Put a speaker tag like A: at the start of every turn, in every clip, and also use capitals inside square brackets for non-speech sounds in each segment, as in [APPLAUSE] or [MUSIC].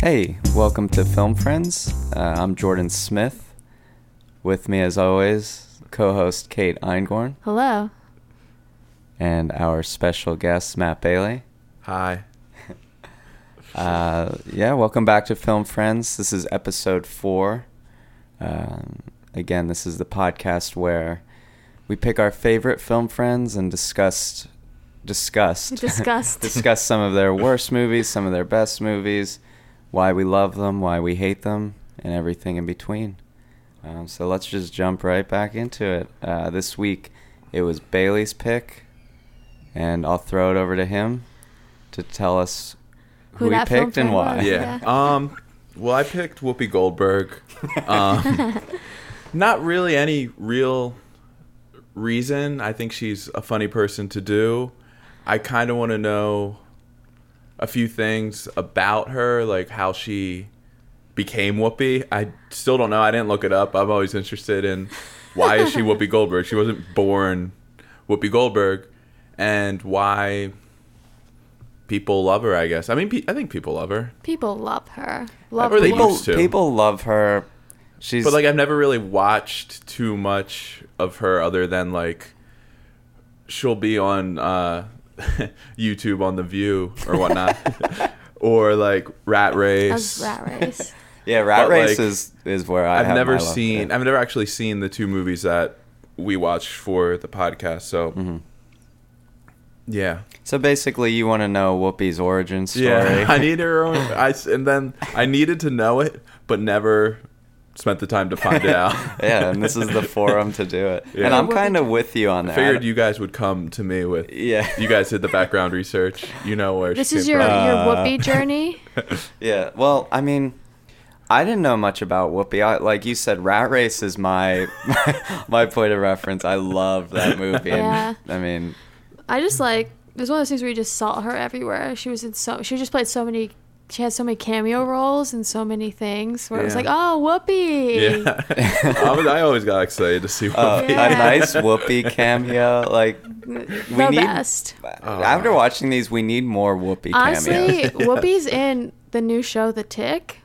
A: Hey, welcome to Film Friends. Uh, I'm Jordan Smith. With me, as always, co host Kate Eingorn
B: Hello.
A: and our special guest, Matt Bailey.
C: Hi.
A: Uh, yeah, welcome back to Film Friends. This is episode four. Um, again, this is the podcast where we pick our favorite film friends and discussed, discussed, [LAUGHS]
B: Discussed.
A: discuss some of their worst movies, some of their best movies, why we love them, why we hate them, and everything in between. Um, so let's just jump right back into it. Uh, this week, it was Bailey's pick, and I'll throw it over to him to tell us
B: Who
A: who, he
B: that film
A: picked and
B: fan
A: why.
B: was,
C: Yeah.
B: Yeah.
C: Um. Well, I picked Whoopi Goldberg. Um, not really any real reason. I think she's a funny person to do. I kind of want to know a few things about her, like how she became Whoopi. I still don't know. I didn't look it up. I'm always interested in why is she Whoopi Goldberg? She wasn't born Whoopi Goldberg, and why people love her. I guess. I mean, pe- I think people love her.
B: People love her. Love
C: Or they
B: people.
A: people,
C: used to.
A: people love her. She's
C: But like I've never really watched too much of her other than like she'll be on uh [LAUGHS] YouTube on The View or
A: [LAUGHS]
C: whatnot. or like Rat Race.
B: Of rat race.
A: yeah, Rat
C: but,
A: Race
C: like,
A: is is where I
C: I've
A: have
C: never
A: my love.
C: seen I've never actually seen the two movies that we watched for the podcast, so
A: Mm-hmm.
C: yeah.
A: So basically, you want to know Whoopi's origin story. [LAUGHS]
C: Yeah. [LAUGHS] I need her own I s- and then I needed to know it, but never spent the time
A: [LAUGHS]
C: to find it out.
A: Yeah, and this is
C: [LAUGHS]
A: the forum to do it.
C: Yeah.
A: And I'm
B: Yeah, Whoopi-
A: kind of with you on that.
C: figured you guys would come to me with
A: Yeah.
C: you guys did the background research you know where
B: This
C: she
B: is
C: came
B: your
C: from.
B: your
A: Uh,
B: whoopee
C: [LAUGHS]
B: journey.
A: [LAUGHS] Yeah. Well, I mean, I didn't know much about Whoopi. I, like you said, Rat Race is my [LAUGHS] my, point of reference. I love that movie. and,
B: Yeah.
A: I mean,
B: I just like it was one of those things where you just saw her everywhere. She was in so she just played so many. She had so many cameo roles and so many things where it was
C: Yeah.
B: like, oh, whoopee.
C: yeah [LAUGHS] I, was, I always got excited to see [LAUGHS]
A: uh,
C: Whoopi.
A: a nice Whoopi cameo. Like,
B: [LAUGHS] the
A: need-
B: best.
C: Oh.
A: after watching these, we need more Whoopi cameos.
C: [LAUGHS]
B: Honestly, Whoopi's in the new show, The Tick.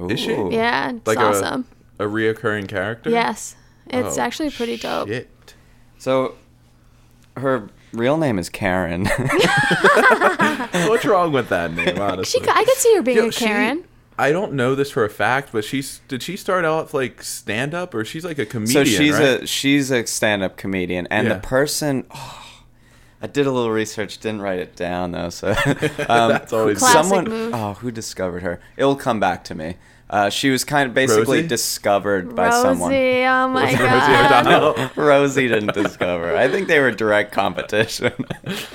A: Ooh.
C: Is she?
B: Yeah, it's
C: Like a- [LAUGHS]
B: awesome.
C: a reoccurring character
B: yes, it's
C: Oh,
B: actually pretty dope.
C: shit.
A: So, her real name is Karen. [LAUGHS]
C: what's wrong with that name
B: [LAUGHS] She,
C: honestly
B: c- I could see her being
C: Yo,
B: a
C: she-
B: Karen.
C: I don't know this for a fact, but she's did she start out like stand up or she's like a
A: so
C: comedian?
A: she's
C: right?
A: a she's a stand-up comedian, and
C: Yeah.
A: the person. oh, I did a little research, didn't write it down though.
C: [LAUGHS]
A: So um,
C: That's always
B: Classic
A: someone.
B: move.
A: Oh, who discovered her? It'll come back to me. Uh, she was kind of basically
C: Rosie?
A: discovered by
B: Rosie,
A: someone.
B: oh my
C: [LAUGHS] Rosie
B: god.
C: O'Donnell.
A: Rosie didn't discover. I think they were direct competition.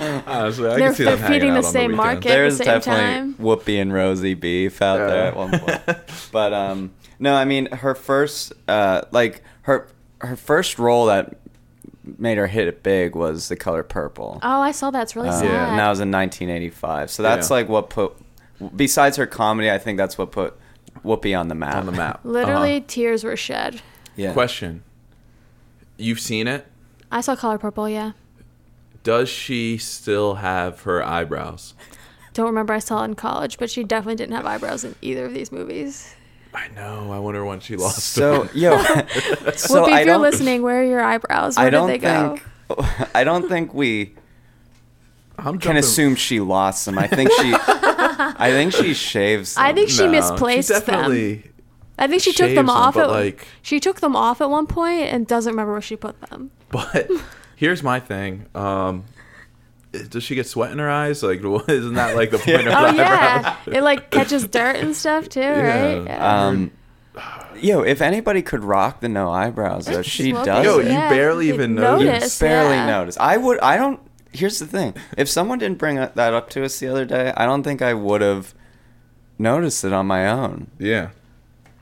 C: Honestly, I
B: They're-
C: can see
B: they're
C: them hanging
B: feeding the
C: out on
B: same
C: weekend.
B: market. They're-
A: There's
B: same
A: definitely
B: time.
A: Whoopi and Rosie beef out
C: Yeah.
A: there at one point. but um, no, I mean her first uh, like her her first role that made her hit it big was The Color Purple.
B: Oh, I saw that's really
A: Um,
B: sad.
C: Uh, Yeah.
A: And that was in 1985. So that's
C: Yeah.
A: like what put, besides her comedy, I think that's what put Whoopi on the map.
C: [LAUGHS] on the map.
B: Literally,
C: Uh-huh.
B: tears were shed.
A: Yeah.
C: Question: You've seen it?
B: I saw color purple. Yeah,
C: Does she still have her eyebrows?
B: don't remember I saw it in college, but she definitely didn't have eyebrows in either of these movies.
C: I know. I wonder when she lost.
A: So
C: them.
B: [LAUGHS]
A: yo, so
B: Whoopi,
A: I
B: if you're
A: don't,
B: listening, where are your eyebrows? Where
A: I don't
B: did they go?
A: think, I don't think [LAUGHS] we
C: [LAUGHS] I'm
A: can
C: jumping-
A: assume she lost them. I think she, I think she
B: [LAUGHS]
A: shaves. Them.
B: I think she
C: No,
B: misplaced
C: she definitely,
B: them. I think she took
C: shaves
B: them
C: them,
B: off.
C: but,
B: at,
C: like-
B: she took them off at one point and doesn't remember where she put
A: [LAUGHS]
B: them.
C: But [LAUGHS] here's my thing. Um, does she get sweat in her eyes? Like, [LAUGHS] isn't that
A: [LAUGHS]
C: like the point
B: Oh
C: of the eyebrow?
B: yeah, it like
C: [LAUGHS]
B: catches dirt and stuff too, right? Yeah.
A: Um, yo, if anybody could rock the no eyebrows, though, she
B: Whoopi,
A: does.
C: Yo,
A: it.
C: you barely even
B: noticed,
C: noticed.
A: barely
B: yeah.
A: notice. I would. I don't. Here's the thing: if someone didn't bring that up to us the other day, I don't think I would have noticed it on my own.
C: Yeah.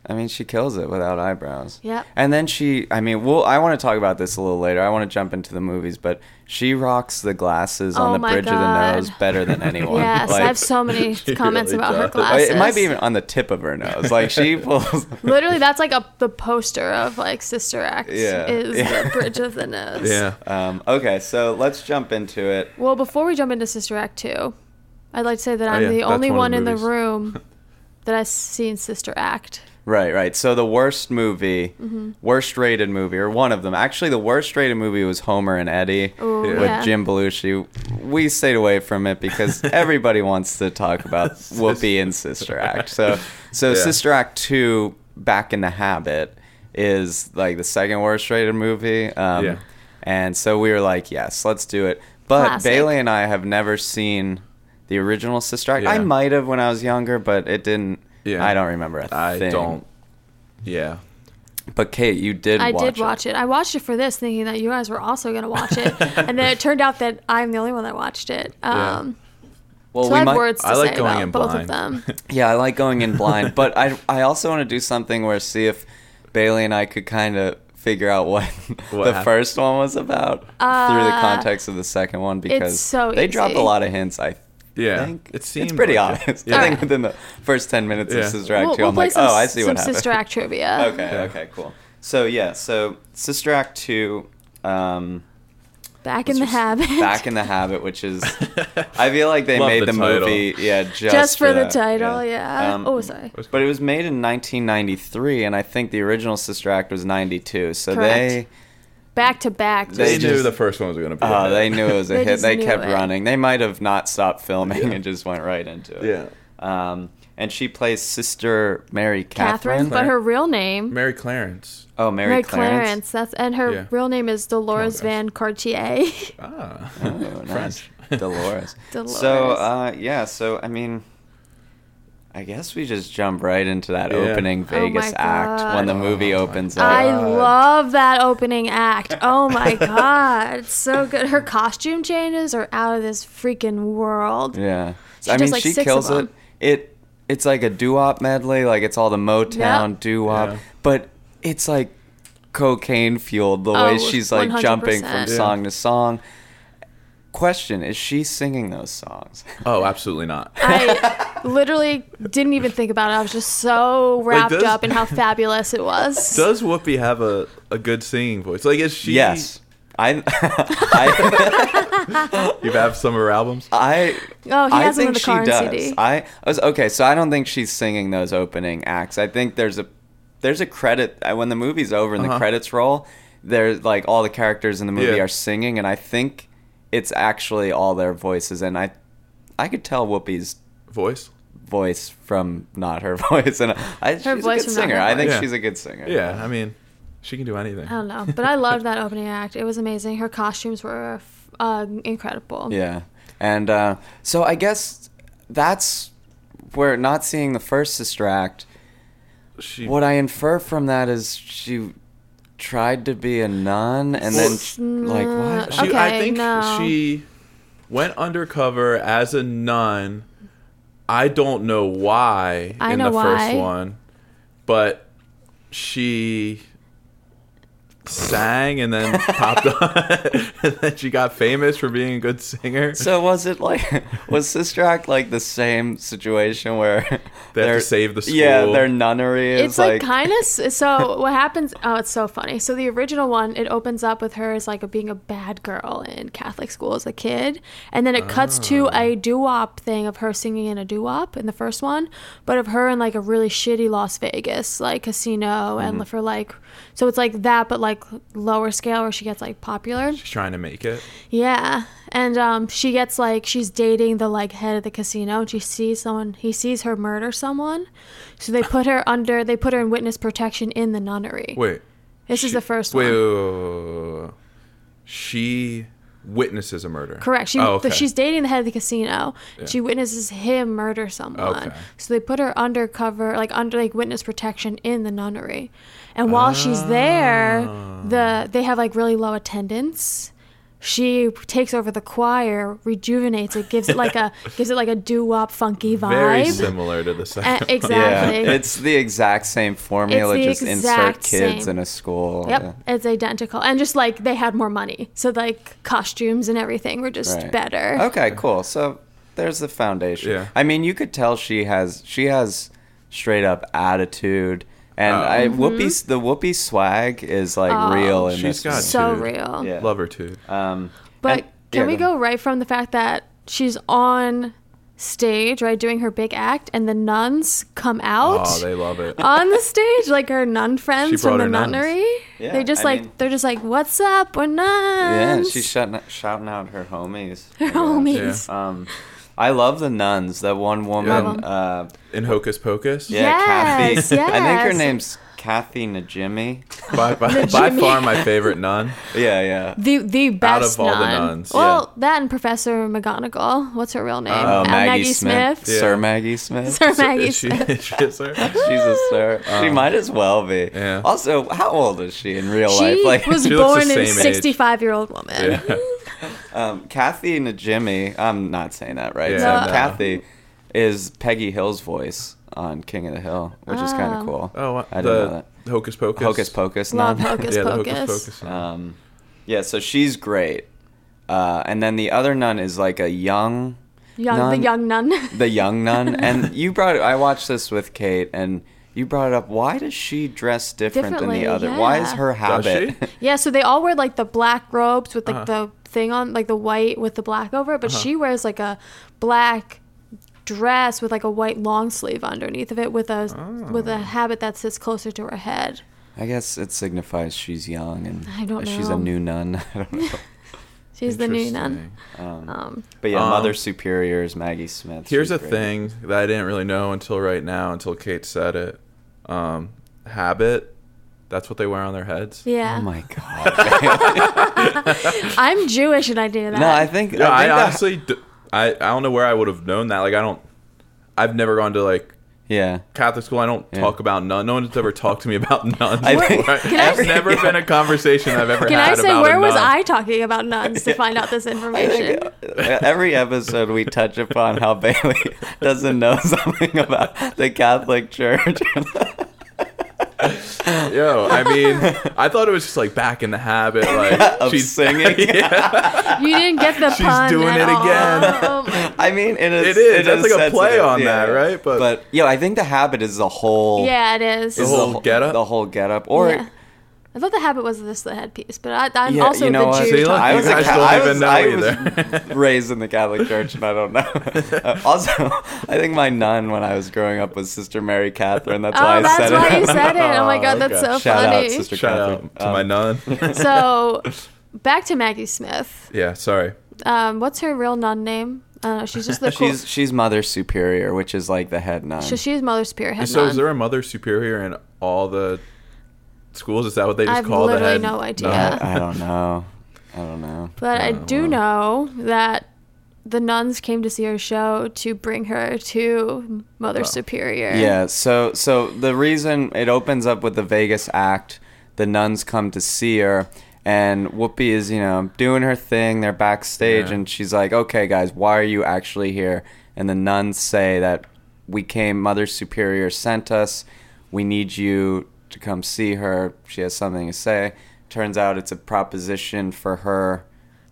A: I mean, she kills it without eyebrows.
B: Yep.
A: And then she. I mean, well, I want to talk about this a little later. I want to jump into the movies, but she rocks the glasses
B: Oh
A: on the
B: my
A: bridge of the
B: God.
A: nose better
B: [LAUGHS]
A: than anyone.
B: Yes,
A: Like,
B: I have
A: [LAUGHS]
B: so many
C: She
B: comments
C: really
B: about her
C: does.
B: glasses.
A: It might be even on the tip of her nose. Like
B: [LAUGHS]
A: she pulls.
B: Literally, that's like a the poster of like Sister Act
A: Yeah.
B: is
A: Yeah.
B: the bridge
A: [LAUGHS]
B: of the nose.
C: Yeah.
A: [LAUGHS] Um, okay, so let's jump into it.
B: Well, before we jump into Sister Act two, I'd like to say that I'm
A: Oh,
C: yeah,
B: the
C: that's
B: only one
C: one of the
A: [LAUGHS]
B: in the
C: movies.
B: room that I've seen Sister act.
A: Right, right. So the worst movie,
C: Mm-hmm.
A: worst rated movie, or one of them. Actually, the worst rated movie was Homer and Eddie
B: Ooh,
A: with
B: yeah.
A: Jim Belushi. We stayed away from it
C: [LAUGHS]
A: because everybody wants to talk about Whoopi and Sister Act.
C: [LAUGHS]
A: So, so
C: Yeah.
A: Sister Act two, Back in the Habit, is like the second worst rated movie. Um,
C: Yeah.
A: And so we were like, yes, let's do it. But
B: Classic.
A: Bailey and I have never seen the original Sister Act. I
C: Yeah.
A: might have when I was younger, but it didn't.
C: Yeah.
A: I don't remember a
C: I
A: thing.
C: don't. Yeah.
A: But Kate, you did.
B: I
A: watch
B: did watch it. I watched it for this, thinking that you guys were also going to watch
A: [LAUGHS]
B: it, and then it turned out that I'm the only one that watched it.
C: Yeah.
B: Um,
A: Well,
B: so I have
A: might-
B: words to
C: I like
B: say about
C: going in
B: both of
C: blind.
B: them.
C: [LAUGHS]
A: Yeah, I like going in blind, but I I also want to do something where see if Bailey and I could kind of figure out what,
C: What
A: the
C: happened?
A: first one was about through the
B: Uh,
A: context of the second one because
B: so
A: they dropped a
B: easy.
A: lot of hints. I.
C: Yeah.
A: think
C: It seemed
A: it's pretty
C: like it.
A: obvious.
C: Yeah.
A: I think
B: Alright.
A: within the first ten minutes
C: Yeah.
A: of Sister Act
B: we'll,
A: two,
B: we'll
A: I'm
B: play
A: like,
B: some,
A: oh, I see
B: some
A: what happened. [LAUGHS]
B: Sister Act trivia.
A: Okay,
C: Yeah.
A: okay, cool. So yeah, so Sister Act two, um,
B: Back in the habit.
A: Back in the Habit, which
C: [LAUGHS]
A: is I feel like they
C: Love
A: made the,
C: the title.
A: movie, yeah, just,
B: just for the
A: that,
B: title, yeah.
A: Um,
B: oh, sorry.
A: But it was made in 1993, and I think the original Sister Act was 92. So
B: Correct.
A: they
B: Back to back.
A: They
C: They
B: just-
C: knew
A: just-
C: the first one was going to be. a
A: oh,
C: hit.
A: they knew it was a
B: They
A: hit.
B: just
A: They
B: knew
A: kept
B: it.
A: running. They might have not stopped filming and just went right into it.
C: [LAUGHS] Yeah.
A: Um, and she plays Sister Mary Catherine.
B: Catherine, but her real name.
C: Mary Clarence.
A: oh, Mary,
B: Mary
A: Clarence.
B: Clarence. That's and her
C: Yeah.
B: real name is Dolores
C: guys.
B: Van Cartier. [LAUGHS]
C: Ah. [LAUGHS]
A: Oh, nice.
C: French.
A: Dolores.
B: Dolores.
A: So uh, yeah, so I mean, I guess we just jump right into that
C: Yeah. Oh
A: opening
B: Oh my
A: Vegas act when the
B: God.
A: movie opens up.
B: I
C: God.
B: love that
A: [LAUGHS]
B: opening act. Oh my god, it's so good. Her costume changes are out of this freaking world.
A: Yeah.
B: She
A: I
B: does,
A: mean,
B: like,
A: she
B: six of
A: kills it.
B: them.
A: It it's like a doo-wop medley, like it's all the Motown
B: Yep.
A: doo-wop,
C: Yeah.
A: but it's like cocaine fueled the
B: Oh,
A: way she's like jumping
B: 100%.
A: from
B: Yeah.
A: song to song. Question, is she singing those songs?
C: [LAUGHS] Oh, absolutely not.
A: [LAUGHS]
B: I literally didn't even think about it. I was just so wrapped
C: does-
B: up in how fabulous it
A: [LAUGHS]
B: was.
C: Does Whoopi have a, a good singing voice? Like, is she?
A: yes. I [LAUGHS] I
B: [LAUGHS]
C: You have some of her albums.
A: I
B: Oh, he
A: I
B: has them
A: think
B: in the
A: she
B: car and
A: does.
B: CD.
A: I I was okay, so I don't think she's singing those opening acts. I think there's a there's a credit uh, when the movie's over and
C: Uh-huh.
A: the credits roll. There's like all the characters in the movie
C: Yeah.
A: are singing, and I think it's actually all their voices. And I I could tell Whoopi's
C: Voice.
A: voice from not her [LAUGHS] voice, and I, she's a good
B: voice from not
A: singer.
B: her
A: I think
C: voice.
A: she's a good singer.
C: Yeah. I mean, she can do anything.
B: I don't know, Oh, but I loved that opening act. It was amazing. Her costumes were uh, incredible.
A: Yeah. And uh, so I guess that's where not seeing the first sister act.
C: [LAUGHS] She.
A: What I infer from that is she tried to be a nun and
C: Well,
A: then
C: sh-
A: like what?
C: She, I
B: Okay,
C: think
B: no.
C: she went undercover as a nun. I don't know why
B: I
C: in
B: know
C: the
B: why.
C: first one, but she sang
A: [LAUGHS]
C: and then popped on, [LAUGHS] and then she got famous for being a good singer.
A: So was it like [LAUGHS] was Sister Act like the same situation where
C: They have to
A: [LAUGHS] they're-
C: save the
A: Yeah,
C: school.
A: their nunnery is
B: It's like, kind of so. What happens? Oh, it's so funny. So the original one, it opens up with her as like being a bad girl in Catholic school as a kid, and then it cuts to a doo wop thing of her singing in a doo wop in the first one, but of her in like a really shitty Las Vegas like casino and for like, so it's like that, but like lower scale where she gets like popular.
C: She's trying to make it.
B: Yeah. And um, she gets like she's dating the like head of the casino and she sees someone he sees her murder someone. So they put her under they put her in witness protection in the nunnery.
C: Wait.
B: this is
C: she-
B: the first
C: wait,
B: one.
C: Wait, wait, wait, wait, wait. She witnesses a murder.
B: Correct. She
C: Oh, okay.
B: she's dating the head of the casino.
C: Yeah.
B: She witnesses him murder someone.
C: Okay.
B: So they put her undercover, like under like witness protection in the nunnery. And while she's there,
C: Ah.
B: the they have like really low attendance. She takes over the choir, rejuvenates it, gives it like
C: [LAUGHS]
B: a gives it like a doo wop funky vibe.
C: very similar to the second.
B: Uh,
C: one.
A: yeah,
B: exactly.
A: it's the exact same formula.
B: It's the
A: Just insert
B: exact
A: kids
B: same.
A: in a school.
B: Yep,
A: Yeah.
B: it's identical, and just like they had more money, so like costumes and everything were just
A: Right.
B: better.
A: Okay, cool. So there's the foundation.
C: Yeah.
A: I mean, you could tell she has she has straight up attitude, and
C: Oh.
A: I Whoopi's the Whoopi swag is like
B: Mm-hmm. Oh.
A: real in this.
C: She's got
A: movie.
B: So
C: Dude.
B: real.
A: Yeah.
C: Love her too.
A: Um,
B: But
A: and-
B: can
A: yeah,
B: we
A: go
B: go right from the fact that she's on stage, right, doing her big act, and the nuns come out
C: Oh, they love it.
B: [LAUGHS] on the stage, like her nun
C: She
B: friends
C: brought
B: from the
C: her nuns.
B: nunnery.
A: Yeah,
B: they just
A: I
B: like
A: mean-
B: they're just like, "What's up? We're nuns."
A: Yeah, she's shouting, shouting out her homies.
B: Her
A: I guess.
B: homies.
A: Um, I love the nuns. That one
B: Love
A: woman.
B: 'em.
A: Uh,
C: In Hocus Pocus.
A: yeah,
B: Yes,
A: Kathy. [LAUGHS] I think her
B: yes.
A: names Kathy Najimy.
C: By, by,
B: The
C: by
B: Jimmy-
C: far my favorite nun.
B: [LAUGHS]
A: Yeah, yeah.
B: The the best
C: all the
B: nun.
C: nuns,
B: Well, that and Professor McGonagall. What's her real name?
A: Oh,
B: Uh,
A: Maggie, Smith.
C: Yeah.
A: Sir Maggie Smith.
B: [LAUGHS] Sir
C: So
B: Maggie
C: is she, [LAUGHS]
B: Smith.
C: is she
B: [LAUGHS]
C: a sir?
A: She's a sir.
C: [LAUGHS]
A: she might as well be.
C: Um, Yeah.
A: Also, how old is she in real
B: She
A: life? Like,
B: was
C: She looks
B: born
C: the
B: a
C: same age.
B: 65 year old woman.
C: Yeah.
A: um, Kathy Najimy. I'm not saying that right.
C: Yeah,
A: so
B: No.
A: Kathy is Peggy Hill's voice on King of the Hill, which is kind
B: Ah.
A: of cool.
C: Oh, uh,
A: I didn't know
C: the
A: that.
C: Hocus Pocus.
A: Hocus Pocus.
B: Love
A: nun.
B: Hocus
C: Yeah, the
B: Pocus.
C: Hocus Pocus. nun.
A: [LAUGHS] Um, yeah, so she's great. Uh, and then the other nun is like a young,
B: [LAUGHS] Young,
A: nun,
B: the young nun.
A: the young
B: [LAUGHS]
A: nun. and you brought it. I watched this with Kate, and you brought it up. Why does she dress different than
B: Differently,
A: the other? Why is
B: yeah.
A: her
C: Does
A: habit?
C: she?
B: yeah, so they all wear like the black robes with like
C: Uh-huh.
B: the thing on, like the white with the black over it, but she wears like a black dress with like a white long sleeve underneath of it with a with
C: Oh.
B: a habit that sits closer to her head.
A: [LAUGHS] I guess it signifies she's young and
B: I don't
A: she's a
B: know.
A: new nun. [LAUGHS] I don't
B: [LAUGHS]
A: know.
B: She's the new nun.
C: Interesting.
B: Um,
A: But yeah,
C: Um,
A: Mother Superior is Maggie Smith.
C: Here's
A: She's
C: a
A: great.
C: thing that I didn't really know until right now, until Kate said it. Um, habit. That's what they wear on their heads.
B: yeah.
A: Oh my god.
B: [LAUGHS] I'm Jewish and I knew that.
A: no, I think.
C: Yeah,
A: I,
C: I,
A: think that-
C: honestly, d- I I don't know where I would have known that. Like, I don't. I've never gone to like
A: yeah.
C: Catholic school. I don't
A: Yeah.
C: talk about nun. No one's ever talked to me about [LAUGHS] nuns.
A: I
C: before.
A: think-
B: Can I-
C: It's never been a conversation I've ever
B: Can
C: had
B: I say
C: about
B: where
C: a
B: was
C: nun.
B: I talking about nuns to find
A: [LAUGHS]
B: out this
A: I
B: information?
A: think uh, every episode we touch upon how Bailey [LAUGHS] doesn't know something about the Catholic
C: [LAUGHS]
A: Church.
C: Yo,
B: [LAUGHS]
C: I mean, I thought it was just like back in the
A: [LAUGHS]
C: habit, like
A: Of
C: she's [LAUGHS]
A: singing.
C: yeah,
A: [LAUGHS]
B: You didn't get the
C: [LAUGHS] She's
B: pun.
C: doing
B: at
C: it
B: all.
C: again.
B: Oh my-
A: I mean, it is.
C: It is. That's like a play
A: sensitive.
C: on that, right?
A: But
C: But-
A: but yeah, I think the habit is the whole.
B: [LAUGHS] yeah, it is.
A: Is
C: The whole getup?
A: The whole getup, or
B: Yeah. I thought the habit was this the headpiece, but I, I'm
A: Yeah,
B: also
A: you know
B: the
A: what?
B: Jew.
C: See, look,
B: talking.
A: I was,
C: You
A: a
C: guys
A: Ca-
C: don't
A: I
C: even
A: was,
C: know
A: I
C: either. [LAUGHS]
A: was raised in the Catholic Church, and I don't know. Uh, also, I think my nun when I was growing up was Sister Mary Catherine. That's why
B: oh,
A: I
B: that's
A: said
B: why
A: it.
B: you said it.
C: [LAUGHS]
B: Oh
A: [LAUGHS]
B: my god,
C: Oh,
B: that's
C: okay.
B: so
A: Shout out,
B: funny.
A: sister.
C: shout
A: Catholic.
C: out to my
A: Um, [LAUGHS]
C: nun.
B: So, back to Maggie Smith.
C: yeah, sorry.
B: Um, what's her real nun name? I don't know. She's
C: [LAUGHS]
B: just the cool.
A: she's she's Mother Superior, which is like the head nun.
B: so she's Mother Spearhead.
C: So is
B: nun.
C: there a mother superior in all the schools? Is that what they just
B: I've
C: call the
B: literally
C: head?
B: no idea.
A: I, I don't know. I don't know.
B: But I
C: Oh,
B: do know that the nuns came to see her show to bring her to Mother
C: Oh.
B: Superior.
A: Yeah. So so the reason it opens up with the Vegas act, the nuns come to see her, and Whoopi is you know doing her thing. They're backstage,
C: Yeah.
A: and she's like, "Okay, guys, why are you actually here?" And the nuns say that we came, Mother Superior sent us. We need you to come see her. She has something to say. Turns out it's a proposition for her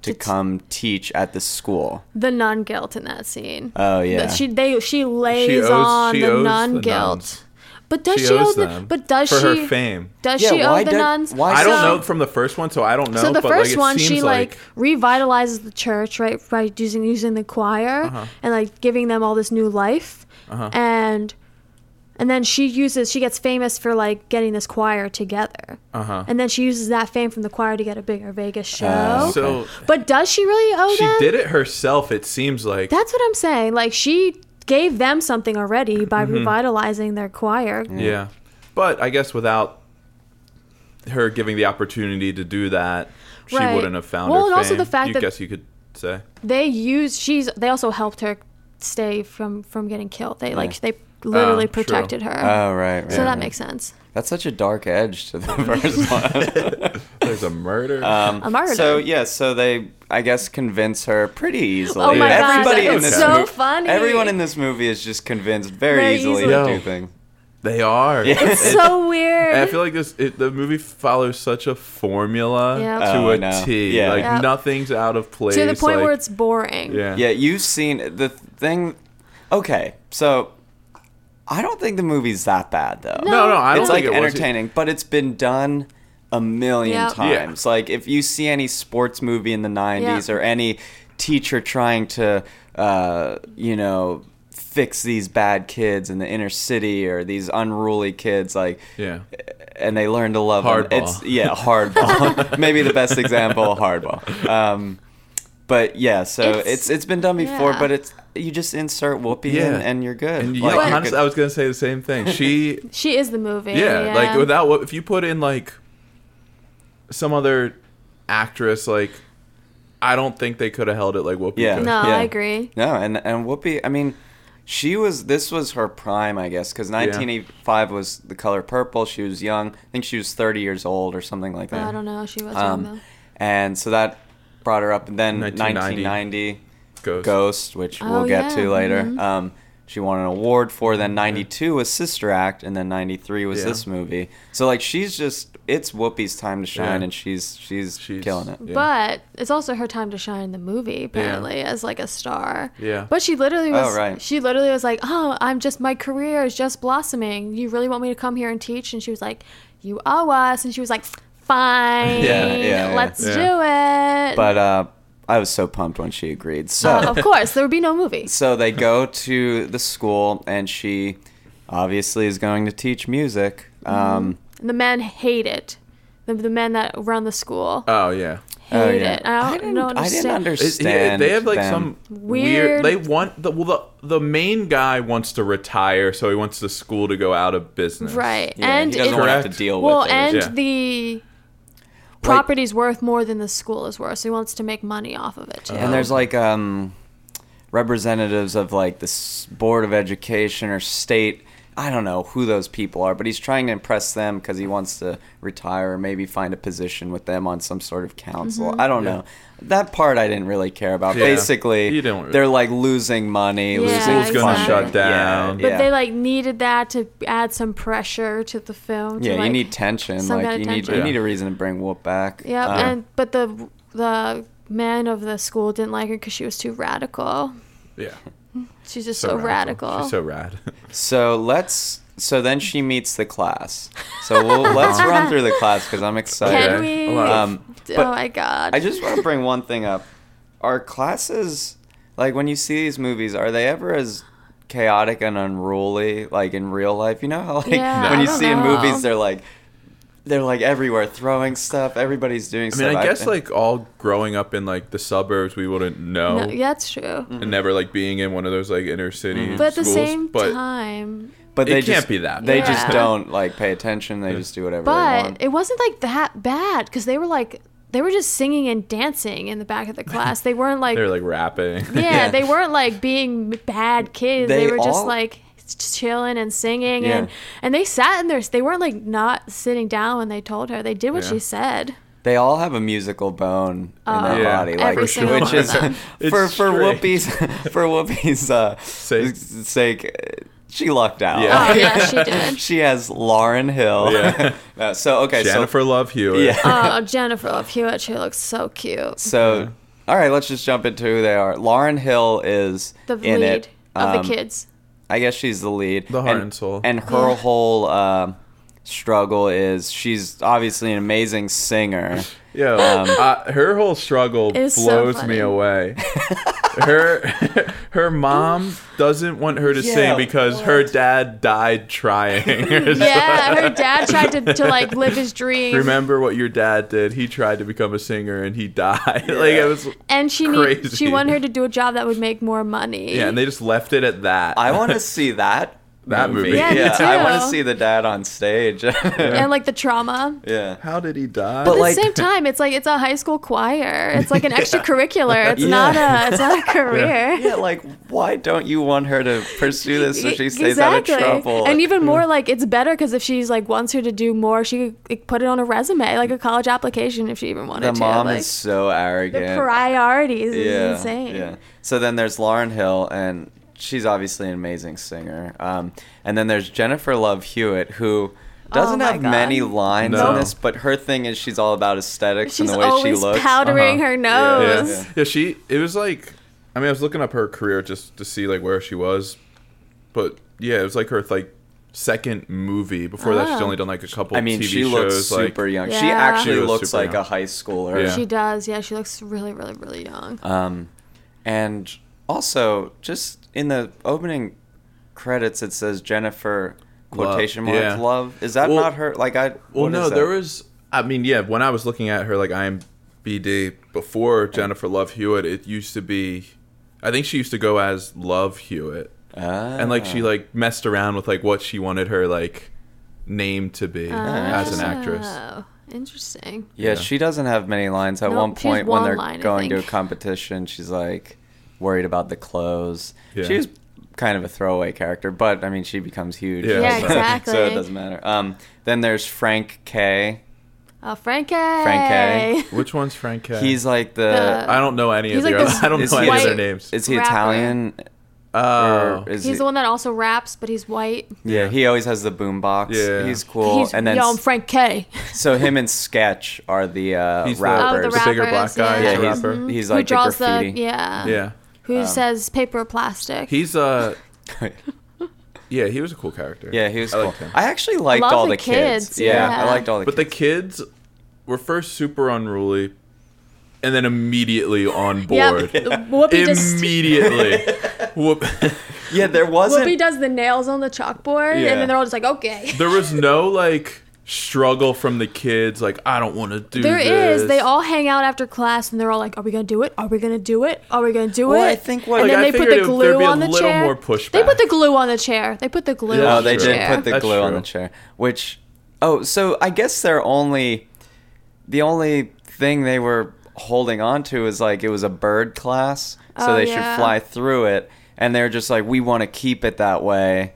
A: to
B: It's-
A: come teach at the school.
B: The nun guilt in that scene.
A: Oh yeah.
B: That she they she lays
C: owes-
B: on
C: she
B: the
C: owes
B: nun
C: the
B: guilt.
C: nuns.
B: But does she,
C: she,
B: owe
C: owes
B: the,
C: them.
B: but does
C: for
B: she
C: her fame?
B: does
A: Yeah,
B: she
A: why
B: owe the
A: did-
B: nuns?
A: why
C: I don't
A: So-
C: know from the first one, so I don't know.
B: So the
C: but
B: first
C: like, it
B: one,
C: seems
B: she like,
C: like
B: revitalizes the church, right, by using using the choir
C: Uh-huh.
B: and like giving them all this new life, and and then she uses she gets famous for like getting this choir together,
C: Uh-huh.
B: and then she uses that fame from the choir to get a bigger Vegas show.
A: Oh.
C: Uh, so
A: Okay.
B: but does she really owe
C: she
B: them?
C: did it herself. It seems like
B: That's what I'm saying. Like she gave them something already by revitalizing their choir.
C: Mm-hmm. yeah, but I guess without her giving the opportunity to do that, she
B: Right.
C: wouldn't have found.
B: Well,
C: her
B: and also
C: fame,
B: the fact
C: you
B: that-
C: guess you could say
B: They used she's they also helped her stay from from getting killed. They like they literally
C: Oh, true.
B: protected her.
A: Oh right, right.
B: Mm. So that
A: right.
B: makes sense.
A: That's such a dark edge to the [LAUGHS] first one.
C: [LAUGHS] there's a murder.
A: Um,
B: A murder.
A: So yeah, so they I guess convince her pretty easily.
B: Oh
C: my gosh,
A: Everybody
C: that
A: in
C: is
A: this
C: so
A: mov-
B: funny.
A: Everyone in this movie is just convinced very,
B: Very
A: easily,
B: easily.
A: to
C: Yo.
A: do things.
C: they are.
A: Yeah.
B: It's so weird.
C: And [LAUGHS] I feel like this it, the movie follows such a formula
B: Yep.
A: Oh,
C: to
A: I
C: a T.
A: know. Yeah.
C: Like
B: Yep.
C: nothing's out of place.
B: to the point
C: like-
B: where it's boring.
C: yeah.
A: Yeah, you've seen the thing. Okay, so I don't think the movie's that bad though.
C: No, no, I don't
A: it's like
C: think it was. e-
A: entertaining, but it's been done a million
B: Yep.
C: Yeah.
A: times. Like if you see any sports movie in the 90s
B: Yep.
A: or any teacher trying to uh, you know, fix these bad kids in the inner city or these unruly kids like [LAUGHS]
C: Yeah.
A: and they learn to love 'em.
C: Hardball.
A: It's yeah,
C: [LAUGHS]
A: hardball. Maybe the best example, hardball. Um, but yeah, so
B: It's-
A: it's it's, been done before,
B: yeah.
A: but it's you just insert whoopee
C: Yeah.
A: and, and you're good.
C: And
A: Like,
C: yeah,
A: you
C: honestly,
A: could-
C: I was gonna say the same thing.
B: [LAUGHS]
C: She,
B: She is the movie.
C: yeah, like without what if you put in like some other actress, like I don't think they could have held it like Whoopi.
A: Yeah.
C: could.
B: No,
A: Yeah.
B: I agree.
A: No, and and Whoopi, I mean, she was this was her prime, I guess, because 1985 was The Color Purple. She was young. I think she was 30 years old or something like that.
B: I don't know. She was
A: Um,
B: wrong,
A: and so that brought her up. And then
C: 1990.
A: 1990
C: Ghost.
A: Ghost, which
B: Oh,
A: we'll get
B: yeah,
A: to later.
B: mhm.
A: Um, she won an award for. Then '92 was Sister Act, and then '93 was
C: Yeah.
A: this movie. So like, she's just it's Whoopi's time to shine,
C: Yeah.
A: and she's, she's
C: She's-
A: killing it.
B: though.
C: yeah.
B: But it's also her time to shine in the movie, apparently, as like a star.
C: Yeah.
B: But she literally
A: Oh,
B: was.
A: right.
B: She literally was like, "Oh, I'm just my career is just blossoming. You really want me to come here and teach?" And she was like, "You owe us." And she was like, "Fine,
A: Yeah, yeah,
B: let's
C: yeah.
B: do it."
A: But uh, I was so pumped when she agreed. So.
B: Uh, of course, there would be no movie.
A: so they go to the school, and she obviously is going to teach music.
C: Mm-hmm.
A: Um,
B: And the men hate it. The, the men that run the school
C: Oh yeah.
B: hate
A: Oh, yeah.
B: it. I don't, know.
A: I
B: understand.
A: didn't
C: It- he-
A: understand.
C: they have like
A: them.
C: some
B: Weird-
C: weird, They want the well the the main guy wants to retire, so he wants the school to go out of business.
B: Right.
A: Yeah,
B: and
A: he doesn't
B: it-
A: want to have
C: Correct.
A: to deal
B: well,
A: with it.
B: and
C: Yeah.
B: the property's worth more than the school is worth, so he wants to make money off of it too.
A: and
C: Oh,
A: there's like um, representatives of like the s- board of education or state. I don't know who those people are, but he's trying to impress them because he wants to retire or maybe find a position with them on some sort of council.
B: Mm-hmm.
A: I don't know. That part I didn't really care about.
C: Yeah.
A: Basically,
C: You don't really-
A: they're like losing money,
B: Yeah,
A: losing
B: School's gonna
A: funding.
B: shut
C: down.
A: Yeah,
B: but
A: yeah.
B: they like needed that to add some pressure to the film. to,
A: yeah, you
B: like-
A: need tension.
B: some
A: Like
B: kind of
A: you need
B: tension.
A: you
C: Yeah.
A: need a reason to bring Whoop back.
B: Yep.
A: Um,
B: and but the the man of the school didn't like her because she was too radical.
C: Yeah.
B: She's just so, radical.
C: She's so rad. [LAUGHS]
A: So let's. So then she meets the class. So we'll, let's run through the class because I'm
B: Uh-huh. Can
A: excited.
C: Okay.
B: we?
C: Well,
A: Um,
B: oh
A: but
B: my god.
A: I just want to bring one thing up. Are classes like when you see these movies? Are they ever as chaotic and unruly like in real life? You know how like
B: Yeah,
A: when
B: I
A: you
B: don't
A: see in
B: know.
A: movies, they're like they're like everywhere throwing stuff. Everybody's doing
C: I
A: stuff.
C: mean, I guess like all growing up in like the suburbs, we wouldn't know,
B: No, yeah, that's true.
C: and never like being in one of those like inner city
B: But at the
C: schools,
B: same
C: but
B: time,
A: but
C: it
A: they
C: can't
A: just,
C: be that
A: They
B: bad.
A: just
B: Yeah.
A: don't like pay attention. They just do whatever they
B: but
A: want.
B: it wasn't like that bad because they were like they were just singing and dancing in the back of the class. They weren't like,
C: they're like rapping.
B: yeah,
C: [LAUGHS]
A: yeah.
B: they weren't like being bad kids. They,
A: They
B: were just
A: all-
B: like chilling and singing and
A: Yeah.
B: and they sat in there. They weren't like not sitting down when they told her. They did what
C: Yeah.
B: she said.
A: They all have a musical bone in their
C: Oh, Yeah,
A: body, like
B: every
A: which
B: single one
A: is
B: of
C: them.
A: for
C: [LAUGHS] It's
A: for
C: straight.
A: Whoopi's for Whoopi's uh,
C: Sake.
A: sake. uh, She lucked out.
C: Yeah.
B: Oh yeah, she
A: [LAUGHS]
B: did.
A: she has Lauren Hill.
C: Yeah.
A: [LAUGHS] Uh, so okay,
C: Jennifer Love
A: so
C: Hewitt.
A: yeah.
B: Oh, Jennifer Love Hewitt, she looks so cute.
A: so all right, let's just jump into who they are. Lauren Hill is
B: The
A: in
B: lead
A: it.
B: of
A: Um,
B: the kids.
A: I guess she's the lead.
C: The heart and soul.
A: And her
B: Yeah.
A: whole um struggle is she's obviously an amazing singer.
C: Yo,
A: Um,
C: uh, her whole struggle
B: It's so
C: blows
B: funny.
C: me away. her her mom doesn't want her to
A: Yeah,
C: sing because her dad died trying. or
B: Yeah,
C: something.
B: her dad tried to, to like live his dream.
C: [LAUGHS] Remember what your dad did? He tried to become a singer and he died. [LAUGHS] like it was
B: and she need,
C: Crazy.
B: she wanted her to do a job that would make more money.
C: Yeah, and they just left it at that.
A: I
C: [LAUGHS]
A: want to see that.
C: That movie.
B: Yeah, me too.
A: I want to see the dad on stage. [LAUGHS] yeah.
B: and like the trauma.
C: How did he die?
A: But,
B: At the
A: like-
B: same time, it's like it's a high school choir. It's like an
C: [LAUGHS]
B: extracurricular. It's
A: Yeah.
B: not a it's not a career.
A: Yeah, like why don't you want her to pursue this so she stays out of trouble?
B: And even more like it's better because if she's like wants her to do more, she could like, put it on a resume, like a college application, if she even wanted
A: the
B: to.
A: mom
B: like,
A: is so
B: the
A: arrogant.
B: priorities
A: yeah,
B: is insane.
A: Yeah. So then there's Lauren Hill, and she's obviously an amazing singer. Um, and then there's Jennifer Love Hewitt, who doesn't
B: Oh my
A: have
B: God.
A: many lines
C: No.
A: in this, but her thing is she's all about aesthetics
B: She's
A: and the way she
B: always
A: looks.
B: powdering
C: Uh-huh.
B: her
A: Yeah.
B: nose.
C: yeah. yeah, she. It was like, I mean, I was looking up her career just to see like where she was, but yeah, it was like her like second movie. Before that, she's
B: Oh.
C: only done like a couple.
A: I mean,
C: TV
A: she
C: shows,
A: looks
C: like,
A: super young. She
B: Yeah.
A: actually
C: She was
A: looks
C: super
A: like
C: young.
A: a high schooler.
C: Yeah.
B: She does. Yeah, she looks really, really, really young.
A: Um, and Also, just in the opening credits, it says Jennifer quotation
C: Love,
A: marks
C: yeah.
A: love. Is that
C: Well-
A: not her? Like I.
C: Well,
A: what
C: no,
A: is that?
C: there was. I mean, yeah, when I was looking at her like IMBD before Jennifer Love Hewitt, it used to be. I think she used to go as Love Hewitt,
A: Ah.
C: and like she like messed around with like what she wanted her like name to be
A: Ah.
C: as an actress.
B: Oh, interesting.
A: Yeah,
C: Yeah.
A: she doesn't have many lines. At
B: No,
A: one
B: she's
A: point, when
B: one
A: they're
B: line, I
A: going to a
B: think.
A: competition, she's like worried about the clothes.
C: Yeah.
A: She was kind of a throwaway character, but I mean, she becomes huge.
C: Yeah. Yeah,
A: so,
B: exactly.
A: [LAUGHS] So it doesn't matter. Um, then there's Frank K.
B: Oh, Frankie.
A: Frankie.
C: Which one's Frank? K?
A: He's uh, like
B: The-
A: the.
C: I don't know any of
B: He's
C: their.
B: like this
C: [LAUGHS] I don't
A: is
C: know
A: he
C: any of
A: a-
C: their names.
A: Is he
B: rapper.
A: Italian?
C: Oh,
A: Or is
B: He's
A: he,
B: the one that also raps, but he's white. [LAUGHS]
A: Yeah, he always has the boombox.
C: Yeah.
A: He's cool.
B: He's,
A: and then
B: yo, I'm Frank K.
A: so him and Sketch are the uh,
C: he's the,
A: rappers.
B: Oh, the
C: the [LAUGHS] bigger black
B: rappers, yeah.
C: guy. Yeah,
A: yeah,
C: the
A: he's,
C: rapper.
A: he's like
B: who draws
A: the graffiti.
B: the yeah,
C: Yeah,
B: who
A: Um,
B: says paper or plastic.
C: he's uh,
A: yeah.
C: yeah, he was a cool character.
A: Yeah, he was
C: I
A: cool.
C: liked him.
A: I actually liked
B: Love
A: all
B: the
A: the kids.
B: kids,
A: Yeah,
B: yeah.
A: I liked all the
C: But the
A: kids.
C: kids were first super unruly, and then immediately on board.
B: Yep. [LAUGHS] Whoopi just
C: Immediately.
B: [LAUGHS]
C: Whoop.
A: yeah, there
B: Whoopi
A: wasn't.
B: does the nails on the chalkboard,
A: Yeah.
B: and then they're all just like, okay.
C: there was no like struggle from the kids. Like I don't want to
B: [LAUGHS]
C: do.
B: There is.
C: this."
B: They all hang out after class, and they're all like, "Are we gonna do it? Are we gonna do it? Are we gonna do
A: Well,
B: it?"
A: I think what-
B: and
A: Like,
B: then
C: I
B: they put
C: figured
B: the
C: it- there'd
B: glue
C: be a
B: on the
C: little
B: chair.
C: more pushback.
B: They put the glue on the chair. They put the glue.
C: Yeah,
A: No,
B: on
A: Oh, they
B: the
C: That's
A: did
B: chair.
A: put the
C: That's
A: glue on
C: true.
A: the chair. Which, oh, so I guess their only, the only thing they were holding on to is like it was a bird class, so
B: Oh,
A: they
B: yeah.
A: should fly through it, and they're just like, we want to keep it that way.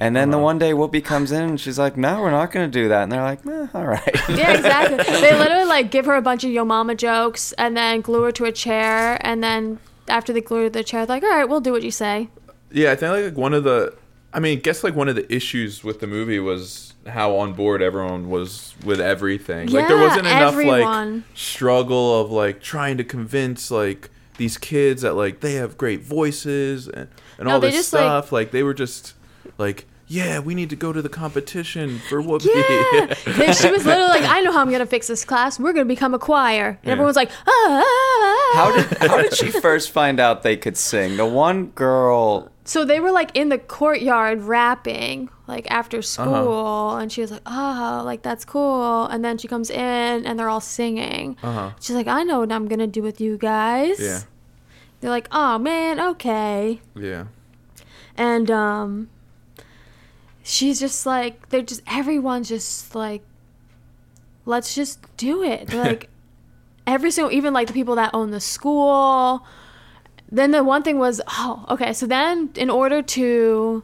A: And then the one day Whoopi comes in and she's like, "No, we're not going to do that." And they're like, eh, "All right."
B: [LAUGHS] yeah, exactly. They literally like give her a bunch of yo mama jokes, and then glue her to a chair, and then after they glue her to the chair, they're like, "All right, we'll do what you say."
C: Yeah, I think like one of the. I mean, I guess like one of the issues with the movie was how on board everyone was with everything. like there
B: Yeah,
C: wasn't enough
B: everyone.
C: like struggle of like trying to convince like these kids that like they have great voices and, and
B: No,
C: all
B: they
C: this
B: just, like-
C: stuff. Like, they were just like, yeah, we need to go to the competition for Whoopi. [LAUGHS]
B: Yeah. [LAUGHS] Then she was literally like, I know how I'm going to fix this class. We're going to become a choir. And everyone's like, ah, ah, ah.
A: How did how did
B: [LAUGHS]
A: she first find out they could sing? The one girl
B: So they were like in the courtyard rapping, like
A: Uh-huh.
B: after school. And she was like, oh, like that's cool. And then she comes in and they're all singing.
C: Uh-huh.
B: She's like, I know what I'm going to do with you guys.
C: Yeah.
B: They're like, oh, man, okay.
C: Yeah.
B: And um, she's just like, they're just, everyone's just like, let's just do it. They're like, every single, even like the people that own the school. Then the one thing was, oh, okay. So then, in order to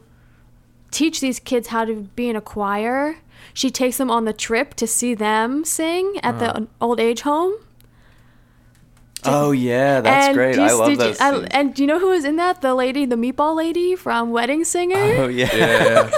B: teach these kids how to be in a choir, she takes them on the trip to see them sing at the old age home.
A: Oh yeah, that's
B: And
A: great.
B: do you-
A: I love
B: did you-
A: those.
B: I-
A: scenes.
B: and do you know who was in that? The lady, the meatball lady from Wedding Singer. [LAUGHS]
A: oh yeah.
C: Yeah.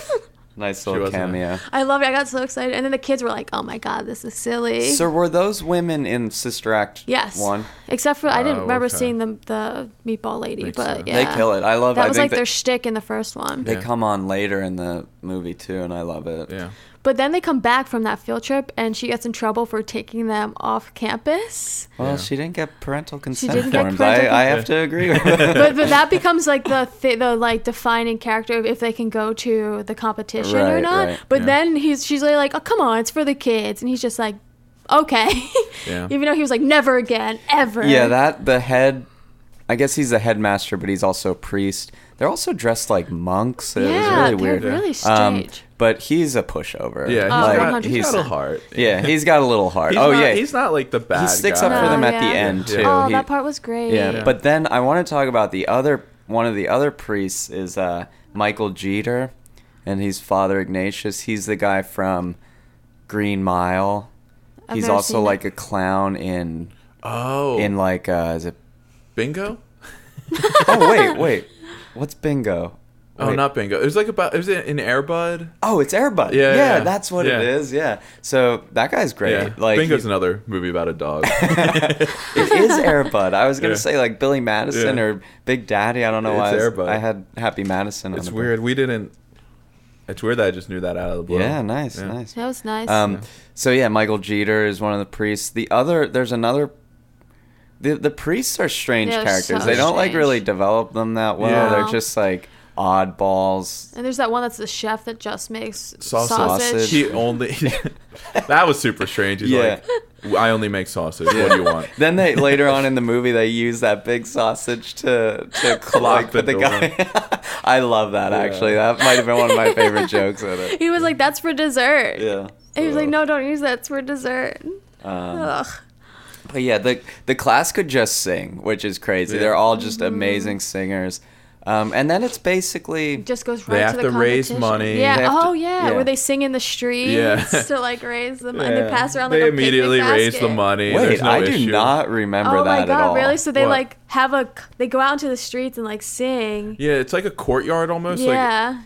A: nice
C: She
A: little
C: wasn't in
A: cameo.
B: I love it. I got so excited. And then the kids were like, oh my God, this is silly.
A: So were those women in Sister Act
B: yes.
A: one?
B: Except for, I didn't
C: Oh,
B: remember
C: okay.
B: seeing the, the meatball lady,
C: Makes
B: but
C: sense.
B: yeah.
A: They kill it. I love
B: That
A: I
B: was
A: think
B: like
A: they,
B: their shtick in the first one.
A: they
C: Yeah.
A: come on later in the movie too and I love
B: [LAUGHS]
A: it.
C: yeah.
B: But then they come back from that field trip and she gets in trouble for taking them off campus.
A: Well,
C: Yeah.
A: she didn't get parental consent
B: didn't get
A: forms.
B: parental
A: I, I have to
C: [LAUGHS]
A: agree with that.
B: But, but that becomes like the th- the like defining character of if they can go to the competition or
A: Right,
B: not.
A: right.
B: but
C: Yeah.
B: then he's she's really like, oh come on, it's for the kids, and he's just like, okay,
C: Yeah.
B: [LAUGHS] even though he was like, never again, ever.
A: yeah, that the head I guess he's the headmaster, but he's also a priest. They're also dressed like monks. It
B: yeah,
A: was really
B: they're
A: weird.
B: really
A: Um,
B: strange.
A: but he's a pushover.
C: Yeah. He's
B: Oh,
A: like,
C: got, he's
A: he's,
C: got a heart.
A: yeah, he's got a little heart.
C: He's
A: oh
C: not,
A: yeah,
C: He's not like the bad.
A: he sticks
C: guy.
A: up for them
B: No,
A: at the
B: yeah.
A: end
C: Yeah.
A: too.
B: Oh,
A: He-
B: that part was great.
A: Yeah.
C: Yeah.
A: But then I want to talk about the other one of the other priests is uh, Michael Jeter, and he's Father Ignatius. He's the guy from Green Mile.
B: I've
A: he's
B: never
A: also
B: seen
A: like
B: it.
A: a clown in
C: Oh.
A: in like uh, is it?
C: bingo.
A: Oh wait, [LAUGHS] wait. What's bingo?
C: Oh,
A: Wait.
C: not bingo. It was like about. It was in Airbud.
A: Oh, it's Airbud.
C: Yeah,
A: Yeah,
C: yeah,
A: that's what it
C: yeah.
A: is. Yeah. So that guy's great.
C: Yeah,
A: Like
C: bingo's [LAUGHS]
A: he-
C: another movie about a [LAUGHS] dog.
A: it is Airbud. I was gonna
C: Yeah.
A: say like Billy Madison
C: Yeah.
A: or Big Daddy. I don't know
C: It's
A: why. I was-
C: Air Bud.
A: I had Happy Madison. on
C: it's
A: the-
C: weird. We didn't. It's weird that I just knew that out of the blue.
A: Yeah. Nice.
C: Yeah.
A: Nice.
B: That was nice.
A: Um, so yeah, Michael Jeter is one of the priests. The other, there's another the the priests are strange
B: Yeah, they're
A: characters.
B: so
A: they don't like
B: strange.
A: really develop them that well.
C: Yeah.
A: They're just like oddballs.
B: And there's that one that's the chef that just makes
C: Sausage.
A: Sausage.
B: sausage.
C: He only. [LAUGHS] that was super strange. He's
A: Yeah.
C: like, I only make sausage. What do you [LAUGHS] want?
A: Then they later on in the movie they use that big sausage to to
C: [LAUGHS] Lock
A: clock
C: the
A: the, guy. [LAUGHS] I love that
C: Yeah.
A: actually. That might have been one of my favorite jokes in
C: [LAUGHS]
A: it.
B: [LAUGHS] He was like, "That's for dessert."
A: Yeah.
B: And he was like, "No, don't use that. It's for dessert."
A: Um,
B: Ugh.
A: But yeah, the the class could just sing, which is crazy.
C: Yeah.
A: They're all just amazing singers. Um, and then it's basically
B: Just goes
C: They
B: right
C: have
B: to the
C: to raise
B: competition.
C: money.
B: Yeah.
A: They have to-
B: oh yeah.
A: yeah.
B: Where they sing in the streets
C: Yeah.
B: to like raise the money. They pass around. Like,
C: They
B: a
C: immediately
B: picnic
C: raise the
B: basket.
C: money.
A: wait,
C: There's no
A: I
C: issue.
A: do not remember
B: Oh
A: that
B: my
A: at all.
B: god! Really? So they
C: What?
B: like have a. They go out into the streets and like sing.
C: Yeah, it's like a courtyard almost, like
B: yeah.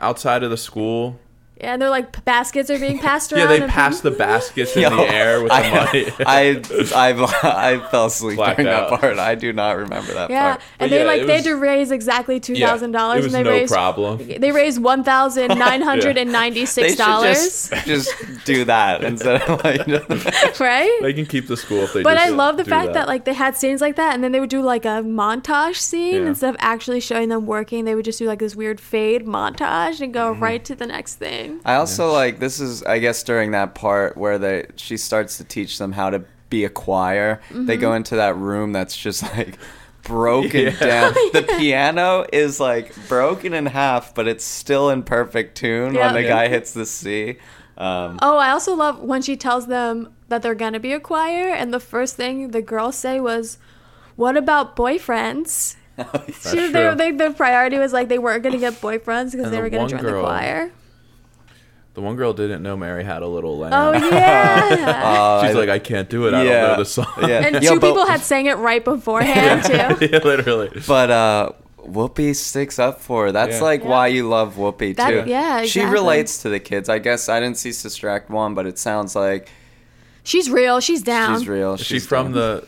C: outside of the school.
B: yeah. And they're like p- baskets are
C: [LAUGHS]
B: being passed around.
C: Yeah, they
B: and- [LAUGHS]
C: pass the baskets in
A: Yo,
C: the air with
A: I,
C: the money.
A: [LAUGHS] I,
C: [LAUGHS]
A: I, I fell asleep
C: Blacked
A: during
C: out.
A: that part. I do not remember that
B: Yeah,
A: part.
C: But
B: and they
C: yeah,
B: like
C: it
B: they
C: was-
B: had to raise exactly two thousand
C: It
B: dollars,
C: was
B: and they
C: no
B: raised
C: problem.
B: they raised one thousand nine hundred and ninety
C: [LAUGHS]
B: six dollars,
A: They should just, just do that instead of like. [LAUGHS]
B: [LAUGHS]
C: [LAUGHS]
B: right?
C: They can keep the school if they
B: but
C: just
B: I love the
C: do
B: fact that. like they had scenes like that, and then they would do like a montage scene
C: Yeah.
B: instead of actually showing them working. They would just do like this weird fade montage and go
C: Mm-hmm.
B: right to the next thing.
A: I also like this is I guess during that part where they she starts to teach them how to be a choir. They
B: Mm-hmm.
A: go into that room that's just like broken
C: Yeah.
B: [LAUGHS]
A: down. The piano is like broken in half, but it's still in perfect tune
B: Yeah.
A: when the
B: Yeah.
A: guy hits the C. Um,
B: Oh, I also love when she tells them that they're gonna be a choir, and the first thing the girls say was, "What about boyfriends?" She,
C: That's
B: they,
C: true.
B: they, the priority was like they weren't gonna get boyfriends because
C: And
B: they
C: the
B: were gonna
C: one
B: join the
C: girl-
B: choir.
C: the one girl didn't know Mary had a little lamb. [LAUGHS]
B: Oh yeah.
A: [LAUGHS] uh,
C: She's like, I can't do it. I
A: yeah,
C: don't know the song. [LAUGHS]
A: yeah.
B: and
A: Yo,
B: two
A: but-
B: people had sang it right beforehand too.
C: yeah, literally.
A: but uh Whoopi sticks up for her. That's
C: Yeah.
A: like
B: Yeah.
A: why you love Whoopi
B: That-
A: too.
B: yeah,
A: she
B: exactly.
A: relates to the kids. I guess I didn't see Sister Act one, but it sounds like
B: She's real. She's down.
A: she's real.
C: Is she from the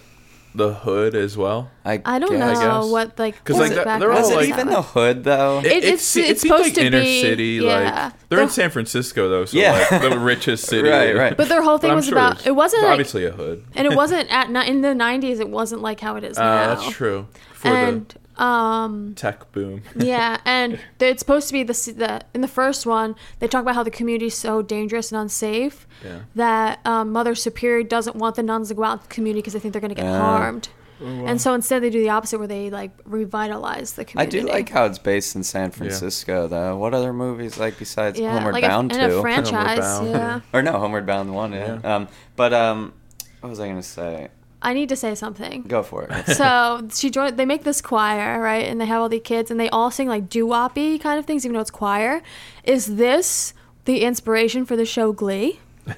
C: the hood as well?
B: I don't
A: guess.
B: know
C: guess.
B: what like
C: 'Cause,
B: what
C: like, that-
B: background
C: they're all,
A: Was
B: is
A: it
C: like-
A: even
B: that.
A: the hood though?
B: It- it's-
C: se-
B: it's
C: seems
B: supposed to
C: inner
B: be-
C: city,
B: yeah.
C: like they're in
B: The-
C: San Francisco though, so
A: Yeah.
C: like
A: [LAUGHS]
C: the richest city.
A: Right, right.
B: But their whole thing
C: I'm
B: was
C: sure
B: about-
C: it's-
B: it wasn't,
C: it's
B: like-
C: obviously a hood. [LAUGHS]
B: and it wasn't at ni- in the '90s. It wasn't like how it is now.
C: Uh, that's true. For
B: and um
C: the tech boom.
B: [LAUGHS]
C: [LAUGHS]
B: yeah, and th- it's supposed to be the, s- the in the first one they talk about how the community is so dangerous and unsafe
C: Yeah.
B: that um, Mother Superior doesn't want the nuns to go out to the community because they think they're going to get
A: Ah.
B: harmed.
C: Oh,
B: And so instead they do the opposite where they like revitalize the
A: I do
B: community.
A: like how it's based in San Francisco though. What other movies like besides
B: yeah,
A: Homeward
B: like
A: Bound
B: a,
A: two?
B: and a franchise.
C: Bound.
B: Yeah,
A: [LAUGHS] or no, Homeward Bound one. Yeah. Um, but um, what was I gonna say?
B: I need to say something.
A: Go for it. [LAUGHS]
B: so she joined they make this choir right and they have all the kids and they all sing like doo-woppy kind of things even though it's choir is this the inspiration for the show glee [LAUGHS]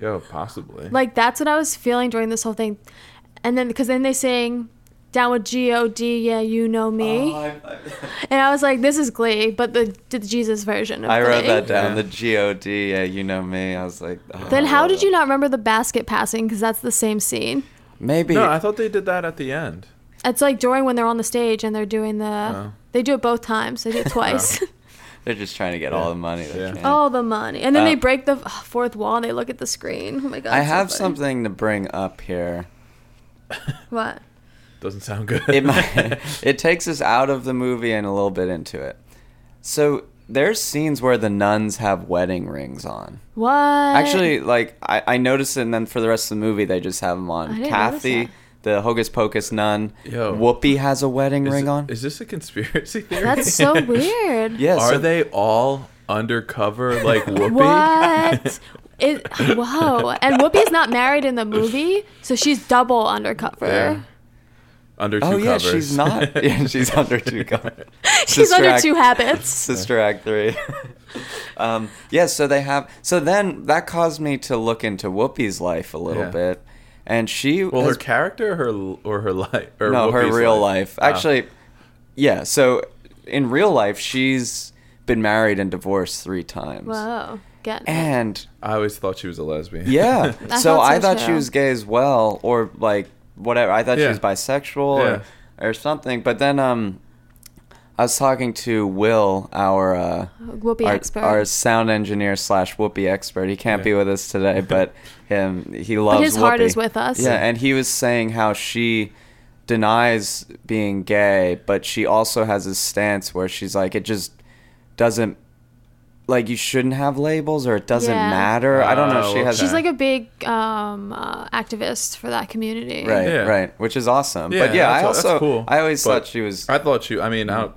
C: Yeah, possibly.
B: like that's what i was feeling during this whole thing and then because then they sing down with god yeah you
A: [LAUGHS]
B: know
A: Oh,
B: me and i was like this is glee but the, the jesus version of
A: I wrote
B: Glee.
A: that down.
C: Yeah.
A: The G O D. Yeah, you know me. I was like. oh,
B: then
A: I
B: how
A: love
B: did
A: it.
B: you not remember the basket passing because that's the same scene
A: Maybe.
C: no, I thought they did that at the end. [LAUGHS]
B: it's like during when they're on the stage and they're doing the
C: Oh.
B: they do it both
A: [LAUGHS]
B: times they do it twice
A: They're just trying to get all the money they
C: Yeah.
A: can.
B: All the money. And then
A: Uh,
B: they break the ugh, fourth wall and they look at the screen. Oh my god.
A: I
B: so
A: have
B: funny.
A: something to bring up here.
B: What?
C: Doesn't sound good.
A: it
C: [LAUGHS]
A: might, [LAUGHS] it takes us out of the movie and a little bit into it. So there's scenes where the nuns have wedding rings on.
B: What?
A: Actually, like I, I noticed it, and then for the rest of the movie, they just have them on.
B: I didn't notice
A: Kathy,
B: that.
A: the Hocus Pocus nun,
C: Yo.
A: Whoopi has a wedding
C: Is
A: ring
C: it-
A: on.
C: Is this a conspiracy theory?
B: that's
A: [LAUGHS]
C: [LAUGHS]
B: so weird.
A: yeah,
C: Are
A: so-
C: they all undercover
B: [LAUGHS]
C: like Whoopi?
B: What? It, whoa. And Whoopi's not married in the movie, so she's double undercover.
C: Yeah. [LAUGHS] Under two
A: Oh yeah,
C: covers.
A: she's
C: [LAUGHS]
A: not. Yeah, she's under two covers.
B: [LAUGHS] She's
A: Sister
B: under
A: Act- [LAUGHS]
B: two habits.
A: Sister Act three. [LAUGHS] um, yeah, so they have. So then that caused me to look into Whoopi's life a little
C: Yeah.
A: bit, and she
C: Well, her
A: has
C: character, or her or her life, or
A: no,
C: Whoopi's
A: her real life.
C: Ah.
A: Actually, yeah. So in real life, she's been married and divorced three times.
B: Whoa. Get it.
A: And
C: Ah, I always thought she was a lesbian.
A: yeah,
B: I
A: so
B: thought so
A: I thought she
B: too.
A: was gay as well, or like whatever. I thought
C: Yeah.
A: she was bisexual
C: Yeah.
A: or, or something. But then um, I was talking to Will, our
B: Oh,
A: uh,
B: Whoopi
A: our,
B: expert.
A: our sound engineer slash Whoopi expert. He can't
C: Yeah.
A: be with us today,
C: [LAUGHS]
A: but him he loves.
B: his heart
A: Whoopi.
B: is with us.
A: Yeah, and he was saying how she denies being gay, but she also has this stance where she's like, it just doesn't like you shouldn't have labels or it doesn't
B: Yeah.
A: matter. I don't know.
C: Oh,
A: She has
C: okay.
B: She's like a big um, uh, activist for that community.
A: right,
C: Yeah.
A: right, which is awesome. but yeah, I
C: that's- that's
A: also
C: cool.
A: I always
C: But
A: thought she was
C: [LAUGHS] I thought she. I mean, I don't,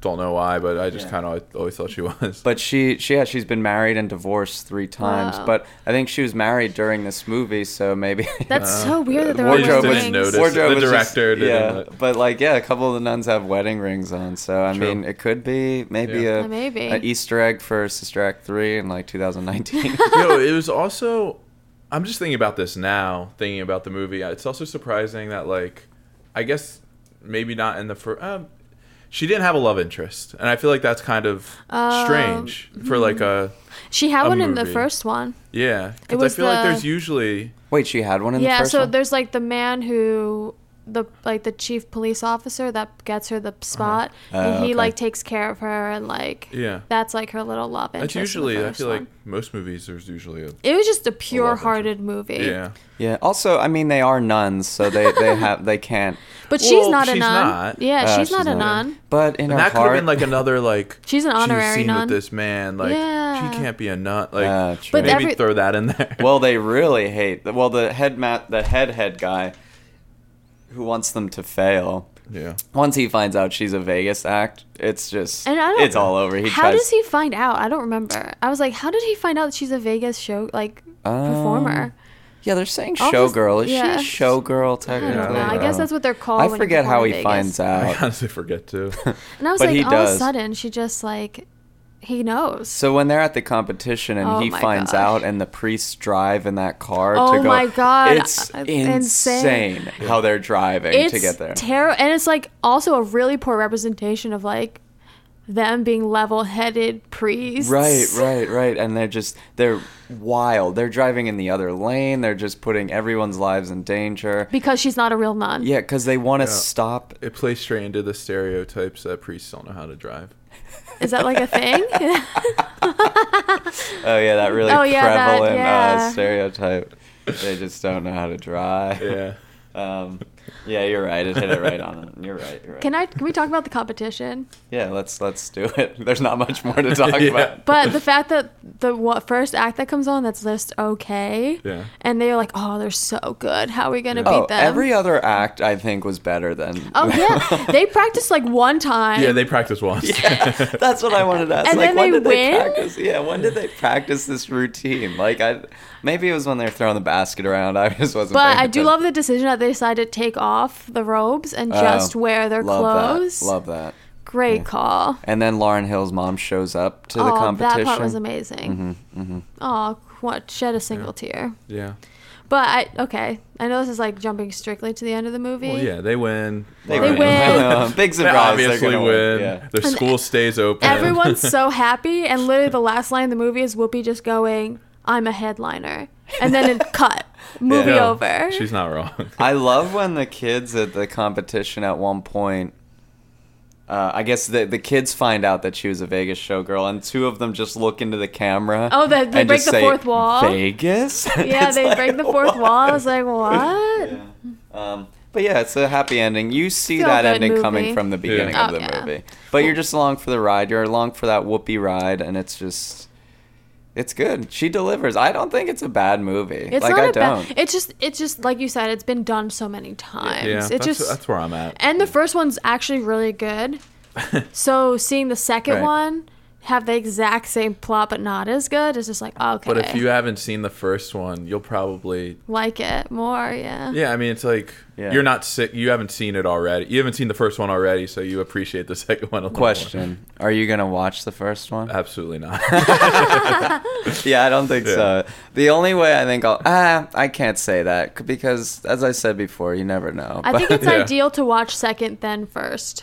C: don't know why, but I just
A: Mm-hmm. Yeah.
C: kind of always thought she was.
A: But she, she yeah, she's been married and divorced three times.
B: Wow.
A: But I think she was married during this movie, so maybe
B: That's so weird that they're
C: Wardrobe
B: all
C: Uh, didn't
B: wearing
C: notice.
B: rings.
C: Wardrobe the
A: was just-
C: director didn't
A: yeah,
C: let-
A: but like yeah, a couple of the nuns have wedding rings on, so I
C: True.
A: mean, it could be maybe
C: Yeah.
A: a
B: Uh, maybe.
A: an Easter egg for Sister Act three in like
B: [LAUGHS]
A: 2019.
C: Yo, it was also. I'm just thinking about this now. Thinking about the movie, it's also surprising that like, I guess maybe not in the first. Um, she didn't have a love interest, and I feel like that's kind of
B: Um,
C: strange for like a
B: She had
C: A
B: one in the
C: movie.
B: first one.
C: yeah.
B: It
C: Because I
B: was
C: feel like
B: the-
C: there's usually
A: Wait, she had one in the
B: yeah.
A: first
B: So
A: one?
B: there's like the man who the like the chief police officer that gets her the spot, and
A: Oh,
B: he
A: Uh-huh. okay.
B: like takes care of her and like
C: Yeah.
B: that's like her little love interest.
C: that's
B: in the
C: usually I
B: first
C: feel
B: one.
C: like most movies there's usually a
B: it was just a
C: interest.
B: pure-hearted movie.
C: yeah.
A: Yeah. Also, I mean, they are nuns, so they
B: [LAUGHS]
A: they have they can't.
B: But
C: Well,
B: she's not a
C: she's
B: nun.
C: not.
B: Yeah,
A: uh,
B: she's, not a nun.
A: But in
C: And
A: her
C: that could have
A: heart,
C: been like another like
B: [LAUGHS] She's an
C: she was
B: honorary
C: seen
B: nun.
C: with this man like
B: Yeah.
C: she can't be a nun like
A: Ah, true. But
C: maybe
B: every-
C: throw that in there.
A: Well, they really hate. Well, the head mat, the head head guy, who wants them to fail.
C: [LAUGHS] yeah.
A: Once he finds out she's a Vegas act, it's just
B: And I don't,
A: it's all over. He
B: how
A: tries,
B: does he find out? I don't remember. I was like, how did he find out that she's a Vegas show like
A: Um,
B: performer?
A: Yeah, they're saying
B: All this-
A: showgirl. Is
B: yeah.
A: she a showgirl
B: I
A: technically?
B: don't know.
C: Yeah.
B: I guess that's what they're called.
A: I
B: when you
A: forget
B: perform
A: how
B: in
A: he
B: Vegas. [LAUGHS]
A: finds
C: I
A: out.
C: honestly forget too.
B: And I was
A: but
B: like,
A: he
B: all of a
A: does.
B: sudden, she just like he knows.
A: So when they're at the competition and
B: Oh
A: he
B: my
A: finds
B: gosh.
A: out and the priests drive in that car
B: Oh
A: to go
B: my God, Uh,
A: It's
B: it's
A: insane,
B: insane.
A: how they're driving
B: it's
A: to get there.
B: terrible, and it's like also a really poor representation of like them being level-headed priests.
A: Right, right, right. And they're just they're wild. They're driving in the other lane. They're just putting everyone's lives in danger.
B: Because she's not a real nun.
A: Yeah, cuz they want to
C: Yeah.
A: stop
C: It plays straight into the stereotypes that priests don't know how to drive.
A: [LAUGHS]
B: Is that like a thing? [LAUGHS]
A: Oh yeah, that really
B: Oh, yeah, that-
A: prevalent
B: yeah.
A: uh, stereotype. They just don't know how to drive.
C: [LAUGHS] Yeah.
A: Um, yeah, you're right. It hit it right on. it. You're right. You're right.
B: Can I? Can we talk about the competition?
A: Yeah, let's let's do it. [LAUGHS] There's not much more
C: [LAUGHS]
A: to talk
C: Yeah.
A: about.
B: But the fact that the what, first act that comes on that's just okay,
C: Yeah.
B: and they're like, oh, they're so good. How are we gonna
A: Oh,
B: beat them?
A: every other act I think was better than. [LAUGHS]
B: oh yeah, they practice like one time.
C: Yeah, they practice once.
A: [LAUGHS] That's what I wanted to ask.
B: And
A: like,
B: then
A: when
B: they
A: did
B: win?
A: they practice? Yeah, when did they practice this routine? Like, I maybe it was when they were throwing the basket around. [LAUGHS] I just wasn't.
B: But
A: paying
B: I do
A: attention.
B: love the decision that they decided to take off the robes and
A: Oh,
B: just wear their
A: love
B: clothes.
A: That. Love that.
B: Great
A: Yeah.
B: call.
A: And then Lauren Hill's mom shows up to the
B: oh,
A: competition. Mm-hmm.
B: that part was amazing. Oh, what shed a single tear.
C: [LAUGHS] yeah.
B: But I okay, I know this is like jumping strictly to the end of the movie.
C: Well, yeah, they win.
A: They
B: They
A: win.
B: win.
A: [LAUGHS] Big
C: [LAUGHS] They
A: surprise. they're
C: obviously
A: gonna
C: win.
A: Yeah.
C: Their school stays
A: [LAUGHS]
B: [LAUGHS]
C: open. [LAUGHS]
B: Everyone's so happy, and literally the last line of the movie is Whoopi just going, "I'm a headliner," and
A: [LAUGHS]
B: then it cut. Movie
A: Yeah.
C: No,
B: over.
C: She's not wrong.
A: I love when the kids at the competition at one point. Uh, I guess the the kids find out that she was a Vegas showgirl, and two of them just look into the camera.
B: Oh, they- they
A: and
B: break
A: just
B: the
A: say,
B: fourth wall?
A: Vegas. [LAUGHS] And
B: yeah,
A: it's
B: they
A: like,
B: break the fourth
A: "What?"
B: wall. I was like,
A: [LAUGHS]
B: "What?"
A: Yeah. Um, but yeah, it's a happy ending. You see
B: Feel
A: that
B: good
A: ending
B: movie.
A: coming from the beginning
C: Yeah.
A: of
B: Oh,
A: the
B: yeah.
A: movie, but you're just along for the ride. You're along for that whoopee ride, and it's just. It's good. She delivers. I don't think it's a bad movie.
B: It's
A: like
B: not
A: I
B: a
A: don't.
B: bad. It's just, it's just like you said, it's been done so many times.
C: [LAUGHS] yeah,
B: it's
C: that's,
B: just,
C: that's where I'm at.
B: and the first one's actually really good.
C: [LAUGHS]
B: so seeing the second
A: Right.
B: one have the exact same plot but not as good is just like oh, okay.
C: But if you haven't seen the first one, you'll probably
B: like it more, yeah.
C: Yeah, I mean it's like
A: Yeah.
C: you're not sick. You haven't seen it already. You haven't seen the first one already, so you appreciate the [LAUGHS] second one a little more.
A: Question: Are you gonna watch the first one?
C: [LAUGHS] Absolutely not.
A: [LAUGHS] Yeah, I don't think so. The only way I think I'll ah, I can't say that c- because as I said before, you never know.
B: I think
A: But- [LAUGHS]
B: it's
C: Yeah.
B: ideal to watch second then first.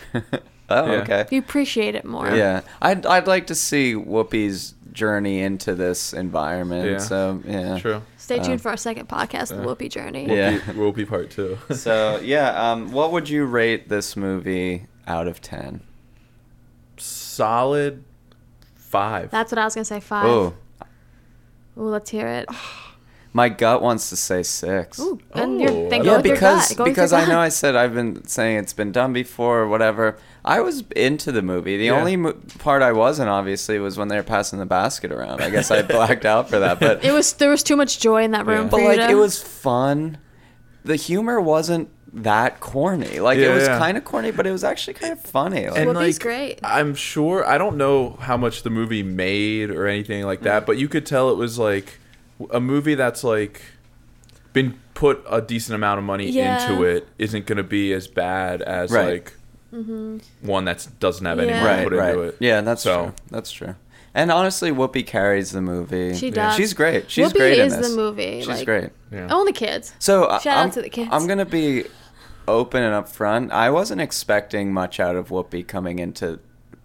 A: oh,
C: Yeah.
A: okay.
B: You appreciate it more.
A: Yeah, I'd I'd like to see Whoopi's journey into this environment.
C: Yeah.
A: So yeah, [LAUGHS]
C: True.
B: Stay tuned for our second podcast, The Whoopi Journey.
A: Uh, Yeah.
C: Will be part
A: [LAUGHS]
C: two.
A: So yeah, um, what would you rate this movie out of ten?
C: solid five.
B: That's what I was gonna say. Five.
A: Oh,
B: Ooh, let's hear it.
A: my gut wants to say six.
B: Ooh, and you're, then
C: Oh,
B: go
A: yeah,
B: with
A: because
B: your gut. Go with your
A: because I know
B: gut.
A: I said I've been saying it's been done before or whatever. I was into the movie. The
C: Yeah.
A: only mo- part I wasn't obviously was when they were passing the basket around. I guess
B: [LAUGHS]
A: I blacked out for that, but
B: It was there was too much joy in that room.
C: Yeah.
B: For
A: but
B: you
A: like
B: to-
A: it was fun. The humor wasn't that corny. Like
C: Yeah,
A: it was
C: yeah.
A: kind of corny, but it was actually kind of funny. Like,
B: Whoopi's great.
C: I'm sure I don't know how much the movie made or anything like
A: Mm.
C: that, but you could tell it was like a movie that's like been put a decent amount of money
B: Yeah.
C: into it isn't going to be as bad as
A: Right.
C: like one that doesn't have any
B: Mm-hmm. Yeah.
C: money
A: right,
C: put
A: right.
C: into it.
A: Yeah, that's
C: So-
A: true. That's true. And honestly, Whoopi carries the movie.
B: She does.
A: She's great. She's
B: Whoopi
A: great
B: is
A: in this.
B: the movie.
A: She's
B: like,
A: great.
C: Yeah.
B: Oh, and the kids.
A: So I-
B: Shout out
A: I'm,
B: to the kids.
A: I'm gonna be open and upfront. I wasn't expecting much out of Whoopi coming into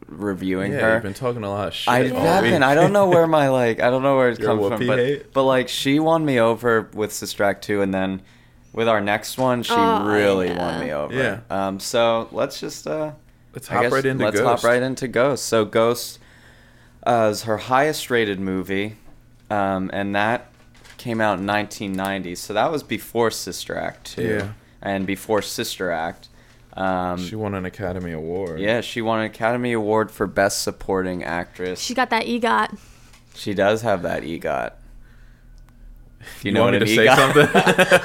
A: reviewing
C: Yeah,
A: her.
C: you've been talking a lot of shit.
A: I
C: all
A: haven't.
C: week.
A: I don't know
C: [LAUGHS]
A: where my like. I don't know where it
C: Your
A: comes from.
C: whoopee
A: But
C: hate?
A: but like she won me over with Sistrack two, and then with our next one, she
B: Oh,
A: really
B: yeah.
A: won me over.
C: Yeah.
A: Um. So let's just uh.
C: Let's
A: I
C: hop
A: guess
C: right into
A: let's
C: Ghost.
A: hop right into Ghost. So Ghost uh, is her highest rated movie, um, and that came out in 1990. So that was before Sister Act two,
C: Yeah.
A: and before Sister Act. Um,
C: She won an Academy Award.
A: yeah, she won an Academy Award for Best Supporting Actress.
B: She got that E EGOT.
A: She does have that EGOT. Do
C: You, want me
A: what
C: to
A: an
C: say
A: EGOT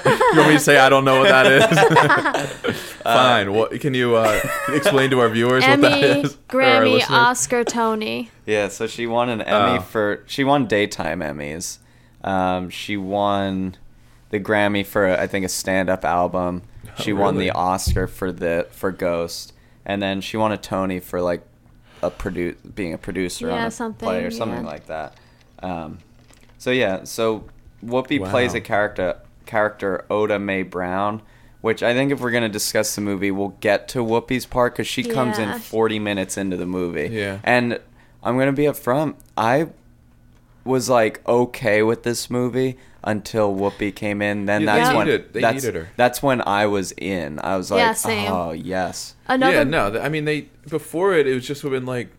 C: something? [LAUGHS]
A: [LAUGHS]
C: you want me to say I don't know what that is? [LAUGHS] Uh,
A: Uh,
C: Fine. what can you uh, explain to our viewers what that
B: Emmy,
A: [LAUGHS]
C: is? [LAUGHS] Or our
B: Grammy,
C: listeners?
B: Oscar, Tony.
A: yeah, so she won an Emmy
C: Oh.
A: for she won daytime Emmys. Um, she won the Grammy for I think a stand-up album.
C: Oh,
A: She won the
C: really?
A: Oscar for the for Ghost, and then she won a Tony for like a produ- being a producer
B: Yeah,
A: on a
B: something,
A: play or something
B: yeah.
A: like that. Um, so yeah, so Whoopi
C: Wow.
A: plays a character character Oda Mae Brown, which I think if we're gonna discuss the movie, we'll get to Whoopi's part because she comes in
B: Yeah.
A: forty minutes into the movie.
C: Yeah.
A: And I'm gonna be upfront. I was like okay with this movie until Whoopi came in. Then
C: Yeah,
B: they
A: that's when
C: needed- they
A: that's,
C: needed her.
A: That's when I was in. I was like,
B: Yeah, same.
A: oh yes,
B: Another.
C: yeah, no. th- I mean, they before it, it was just been like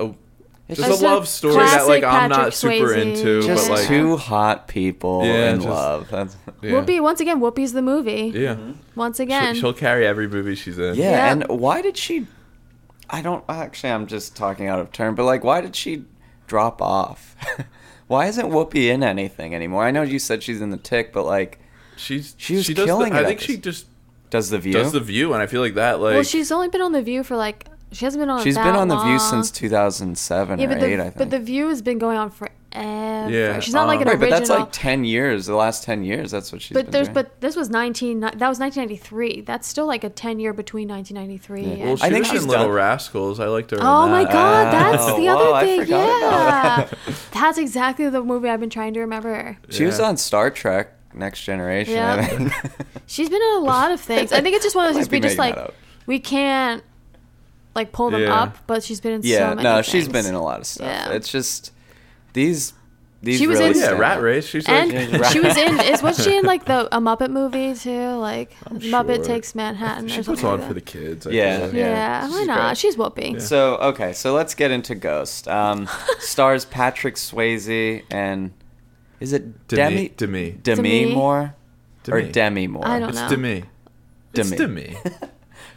C: a
A: It's
C: just a
B: just a
C: love story that like
B: classic
C: I'm not
B: Patrick
C: super
B: Swayze.
C: into,
A: just
C: but like
A: two hot people
C: Yeah,
A: in
C: just-
A: love. That's,
C: yeah.
B: Whoopi once again. Whoopi's the movie.
C: Yeah,
B: Once
C: she'll,
B: again.
C: she'll carry every movie she's in.
A: yeah,
B: Yeah.
A: and why did she? I don't actually. I'm just talking out of turn, but like, why did she drop off? [LAUGHS] why isn't Whoopi in anything anymore? I know you said she's in the tick, but like,
C: she's
A: She was
C: she does the-
A: killing
C: I
A: it at
C: think
A: this.
C: she just
A: does the view?
C: does the view, and I feel like that like
B: well, she's only been on The View for like. She hasn't been on.
A: She's
B: that
A: been on the View
B: long.
A: since 2007
B: Yeah,
A: or
B: but the,
A: 8, I think. Uh,
B: but the View has been going on forever.
C: Yeah,
B: She's not like
C: um,
B: an
A: right, but
B: original.
A: that's like 10 years. The last 10 years, that's what she's
B: but
A: been
B: there's
A: doing.
B: but this was 19 that was 1993 that's still like a 10 year between 1993
A: Yeah.
C: well,
B: and
C: she
A: I think
C: was
A: she's
C: in Little
A: done-
C: Rascals. I liked her. in
B: oh my
C: that.
A: [LAUGHS]
B: god
A: Ah.
B: that's the
A: Oh, wow, I
B: other thing
A: forgot
B: yeah
A: about
C: [LAUGHS]
B: that's exactly the movie i've been trying to remember
A: she was
C: Yeah.
A: on Star Trek Next Generation, I
B: Yeah.
A: think.
B: [LAUGHS] she's been in a lot of things i think it's just one of
A: [LAUGHS] I
B: those
A: might
B: things we
A: be
B: just
A: making
B: like
A: that up.
B: we can't like pull them
C: Yeah.
B: up but she's been in
A: Yeah,
B: so many
A: no, she's been
B: things.
A: in a lot of stuff.
B: Yeah.
A: It's just these these
B: She was
A: really
B: in-
C: yeah,
A: stand
C: Rat
A: out.
C: Race. She's
B: and
C: like [LAUGHS]
A: Yeah,
B: she was in
A: right.
B: is was she in like the a muppet movie too like
C: I'm
B: muppet
C: sure.
B: takes manhattan
C: She
B: or
C: puts
B: something
C: on
B: like
C: for the
B: that.
C: kids. I
A: Yeah.
C: feel like.
A: Yeah.
B: yeah,
A: She's
B: why not
A: great.
B: she's whoopee
A: So, okay, so let's get into Ghost.
B: [LAUGHS]
A: Um, stars Patrick Swayze and is it Demi
C: Demi, Demi,
A: Demi,
B: Demi?
A: Moore or
C: Demi.
A: Demi Moore?
B: I don't
C: It's
B: know.
C: Demi. It's Demi.
A: [LAUGHS]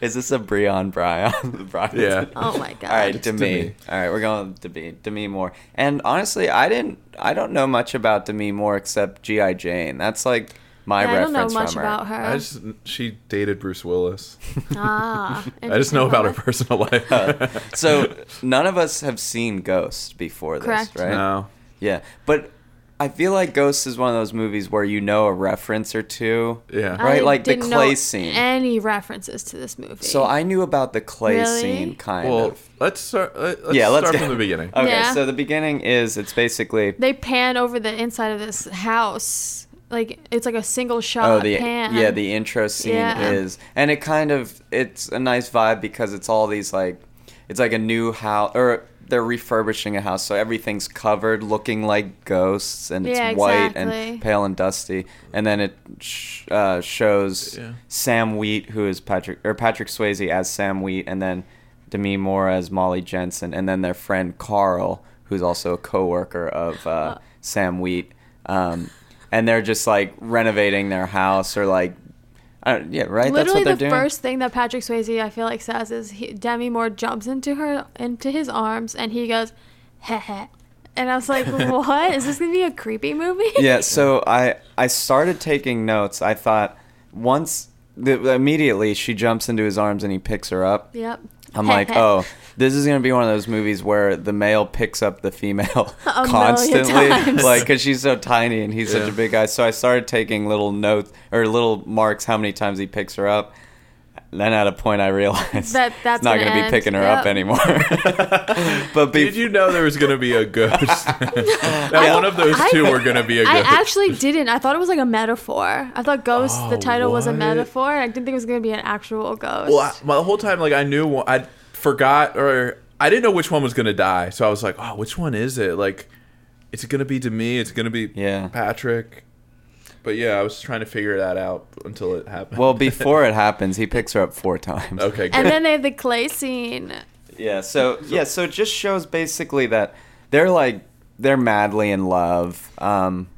A: Is this a Breon [LAUGHS] Brian? Brian?
C: Yeah.
B: Oh my god.
A: All right,
C: It's Demi.
A: Demi. All right, we're going with Demi. Demi Moore. And honestly, I didn't. I don't know much about Demi Moore except GI Jane. That's like my
B: Yeah, I don't
A: reference
B: know much
A: from her.
B: about her.
C: I just she dated Bruce Willis.
B: Ah,
C: [LAUGHS] I just know
B: interesting.
C: about her personal
A: [LAUGHS] [LAUGHS]
C: life.
A: Uh,
C: [LAUGHS]
A: so none of us have seen Ghost before this,
B: Correct.
A: right?
C: no.
A: Yeah, but I feel like Ghost is one of those movies where you know a reference or two.
C: Yeah.
B: I
A: right, like the
B: didn't
A: clay
B: know
A: scene.
B: Any references to this movie?
A: So I knew about the clay
B: Really?
A: scene, kind
C: Well,
A: of.
C: let's start. Let, let's
A: yeah, let's Uh,
C: start
A: get-
C: from
A: [LAUGHS]
C: the beginning.
A: Okay,
B: Yeah.
A: so the beginning is it's basically
B: they pan over the inside of this house. Like it's like a single shot
A: Oh, the
B: pan.
A: yeah, the intro scene
B: Yeah.
A: is, and it kind of it's a nice vibe because it's all these like, it's like a new house or they're refurbishing a house, so everything's covered, looking like ghosts, and it's
B: Yeah,
A: white
B: exactly.
A: and pale and dusty, and then it sh- uh, shows
C: Yeah.
A: Sam Wheat, who is Patrick or Patrick Swayze as Sam Wheat, and then Demi Moore as Molly Jensen, and then their friend Carl, who's also a coworker of
B: Oh.
A: uh, Sam Wheat. Um, and they're just like renovating their house or like, I don't, yeah, right.
B: Literally,
A: That's what they're
B: the
A: doing.
B: first thing that Patrick Swayze, I feel like, says is he, Demi Moore jumps into her into his arms, and he goes, "Heh heh," and I was
A: [LAUGHS]
B: like, "What is this gonna be a creepy movie?"
A: [LAUGHS] yeah so i i started taking notes i thought once the, immediately she jumps into his arms and he picks her up
B: [LAUGHS] Yep.
A: i'm
B: [LAUGHS]
A: like oh this is going to be one of those movies where the male picks up the
B: [LAUGHS]
A: female
B: million
A: constantly
B: times.
A: like because she's so tiny and he's such
C: Yeah.
A: a big guy so i started taking little notes or little marks how many times he picks her up then at a point i realized [LAUGHS]
B: That-
A: it's
B: that's
A: not
B: gonna
A: gonna be
B: end.
A: picking her up
B: Yep.
A: anymore [LAUGHS] but be-
C: Did you know there was going to be
A: [LAUGHS]
C: a ghost? [LAUGHS] that
A: I-
C: one of those
B: I-
C: two were going to be a
B: I
C: ghost.
B: actually
C: [LAUGHS]
B: didn't. I thought it was like a metaphor. I thought "ghost." the
C: Oh,
B: title was a
C: what?
B: metaphor. I didn't think it was gonna be an actual ghost.
C: well, I, my the whole time, like I knew one- I forgot or I didn't know which one was going to die, so I was like, "Oh, which one is it? Like, is it going to be to me? It's going to be
A: Yeah.
C: Patrick." But yeah, I was trying to figure that out until it happened.
A: well before it happens he picks her up four times
C: [LAUGHS] okay, good.
B: and then they have the clay scene.
A: [LAUGHS] Yeah. So yeah. So it just shows basically that they're like they're madly in love. Um,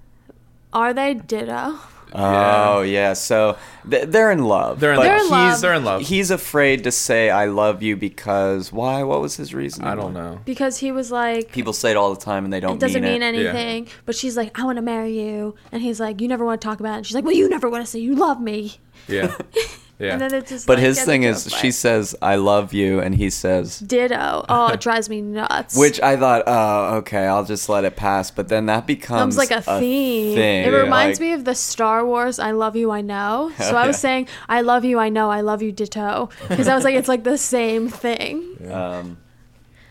B: Are they ditto?
A: Oh yeah. So th- they're in love.
C: They're in
A: but
C: love.
B: They're in
A: he's-
B: love.
C: They're in love.
A: He's afraid to say I love you because why? What was his reason?
C: I
B: [LAUGHS]
C: don't know.
B: Because he was like,
A: People say it all the time and they don't.
B: it doesn't mean,
A: mean, it.
C: Yeah.
B: anything. But she's like, I want to marry you, and he's like, you never want to talk about it. And she's like, well, you never want to say you love me.
C: Yeah, yeah.
B: And then it's just.
A: But
B: like,
A: his
B: yeah,
A: thing
B: they
A: is,
B: do a
A: she
B: fight.
A: says I love you, and he says. [LAUGHS]
B: ditto. Oh, it drives me nuts.
A: Which I thought, oh, okay, I'll just let it pass. But then that becomes
B: becomes like a theme.
A: um, thing,
B: It
A: yeah.
B: reminds
A: Like-
B: me of the Star Wars "I love you,
A: [LAUGHS]
B: I know." So I was
A: Yeah.
B: saying "I love you, I know, I love you, ditto" because I was like, it's like the same thing.
A: [LAUGHS] Um,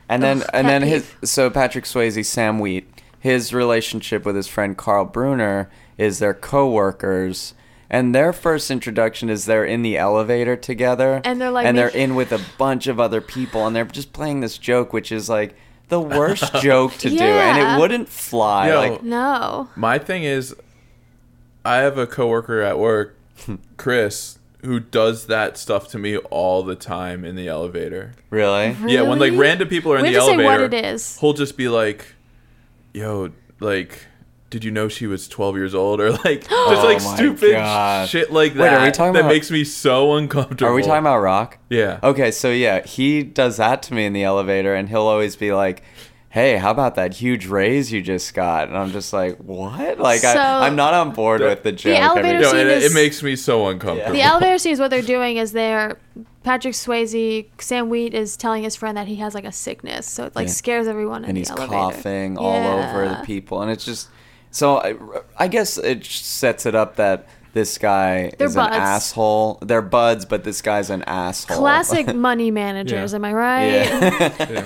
A: and then
B: Ugh,
A: and
B: pet
A: then his
B: peeve.
A: so Patrick Swayze, Sam Wheat, his relationship with his friend Carl Bruner is their coworkers. And their first introduction is they're in the elevator together,
B: And they're like
A: and they're
B: make-
A: in with a bunch of other people, and they're just playing this joke, which is like the worst joke to do, and
B: Yeah.
A: it wouldn't fly.
C: Yo.
A: Like,
B: No,
C: My thing is, I have a coworker at work,
A: Hmm.
C: Chris, who does that stuff to me all the time in the elevator.
A: really?
C: Yeah, when like
B: Really?
C: random people are in
B: We
C: the
B: have to say
C: elevator,
B: what it is.
C: he'll just be like, "Yo, like, did you know she was 12 years old?"
A: [GASPS]
C: Or like, just like
A: Oh my
C: stupid
A: God.
C: shit like that.
A: Wait, are we talking
C: that
A: about-
C: makes me so uncomfortable.
A: Are we talking about rock?
C: Yeah.
A: Okay, so yeah, he does that to me in the elevator, and he'll always be like, "Hey, how about that huge raise you just got?" And I'm just like, "What?" Like,
B: So-
A: I, I'm not on board with the joke.
B: elevator
A: every-
C: No,
B: scene
C: it,
B: is-
C: it makes me so uncomfortable.
B: the elevator scene is what they're doing is they're Patrick Swayze, Sam Wheat is telling his friend that he has like a sickness, so it like
A: Yeah.
B: scares everyone in
A: and
B: the
A: he's
B: elevator.
A: coughing all over the
B: Yeah.
A: people, and it's just so. I, I guess it just sets it up that this guy
B: They're
A: is
B: buds.
A: an asshole. They're buds, but this guy's an asshole.
B: Classic money managers,
C: Yeah.
B: am I
A: [LAUGHS]
B: right?
A: yeah.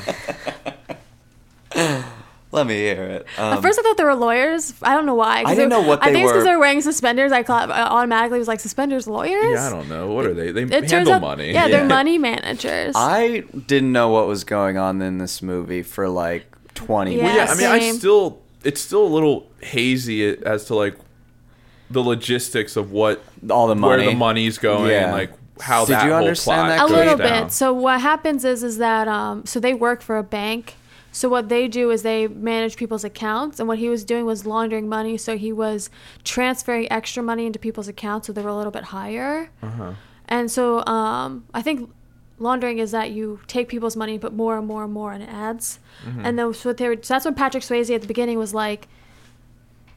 C: Yeah.
A: [LAUGHS] Let me hear it.
B: At
A: Um,
B: first, I thought they were lawyers. I don't know why. 'cause
A: I didn't
B: they-
A: know what
B: I
A: they
B: think it's
A: were.
B: because they're wearing suspenders. I thought I automatically was like suspenders lawyers.
C: Yeah, I don't know. What are they? They
B: It turns
C: handle
B: out,
C: money.
B: Yeah,
A: Yeah.
B: they're money managers.
A: I didn't know what was going on in this movie for like 20
B: Yeah.
A: minutes.
C: yeah, I mean, I
B: Same.
C: still it's still a little hazy as to like the logistics of what
A: all the money.
C: where the money's going
A: Yeah.
C: and like how
A: Did
C: that
A: you
C: whole
A: understand
C: plot
A: that,
B: a
A: goes
B: little
C: down.
B: bit. So what happens is is that um, so they work for a bank. So what they do is they manage people's accounts, and what he was doing was laundering money. So he was transferring extra money into people's accounts, so they were a little bit higher. And so um, I think laundering is that you take people's money and put more and more and more in ads. And then so what they were, so that's when Patrick Swayze at the beginning was like,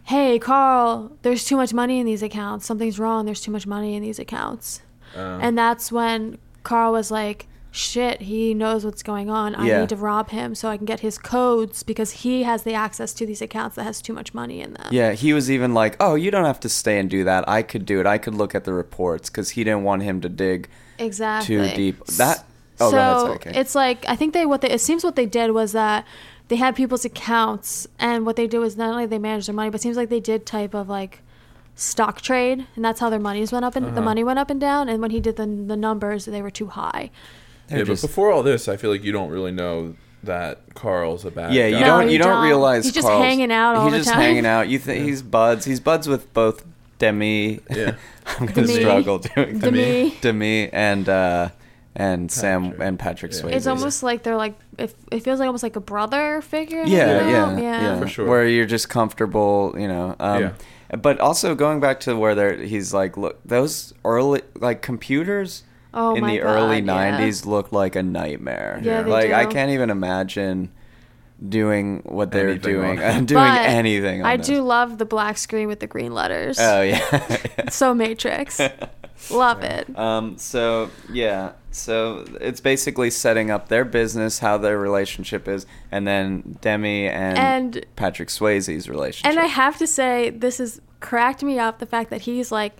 B: "Hey Carl, there's too much money in these accounts. Something's wrong. There's too much money in these accounts."
A: Oh.
B: And that's when Carl was like, shit, he knows what's going on. I
A: Yeah.
B: need to rob him so I can get his codes because he has the access to these accounts that has too much money in them.
A: yeah, he was even like, "Oh, you don't have to stay and do that. I could do it. I could look at the reports because he didn't want him to dig
B: Exactly.
A: too deep." That oh,
B: so
A: go ahead, sorry, Kate.
B: it's like I think they what they it seems what they did was that they had people's accounts and what they do is not only they manage their money, but it seems like they did type of like stock trade and that's how their monies went up and
A: Uh-huh.
B: the money went up and down and when he did the the numbers they were too high.
A: They're
C: Yeah,
A: just-
C: but before all this, I feel like you don't really know that Carl's a bad
A: yeah, you
C: guy.
B: No,
A: don't
B: you
A: you don't,
B: don't.
A: realize
B: He's just
A: Carl's-
B: hanging out all
A: he's
B: the
A: just
B: time.
A: hanging out. You think he's buds. He's buds with both Demi.
C: Yeah.
A: [LAUGHS] I'm gonna
B: Demi.
A: struggle doing
B: Demi.
A: Demi and uh, and Sam
C: Patrick.
A: and Patrick
C: Yeah.
A: Swayze.
B: It's almost like they're like it, it feels like almost like a brother figure. [LAUGHS] you
A: yeah,
B: know?
A: yeah,
B: yeah.
A: yeah,
C: For sure.
A: Where you're just comfortable, you know. Um, But also going back to where there, he's like, look, those early like computers
B: Oh
A: in
B: my
A: the
B: God,
A: early
B: yeah.
A: '90s looked like a nightmare.
B: Yeah, they
A: like I
B: do.
A: can't even imagine doing what they're
C: Anything on
A: doing, [LAUGHS]
C: it.
A: doing
B: But
A: anything. On
B: I
A: those.
B: do love the black screen with the green letters.
A: Oh yeah. [LAUGHS]
B: [LAUGHS] So Matrix. love it.
A: Um, so yeah, so it's basically setting up their business, how their relationship is, and then Demi and,
B: And-
A: Patrick Swayze's relationship.
B: And I have to say, this has cracked me up the fact that he's like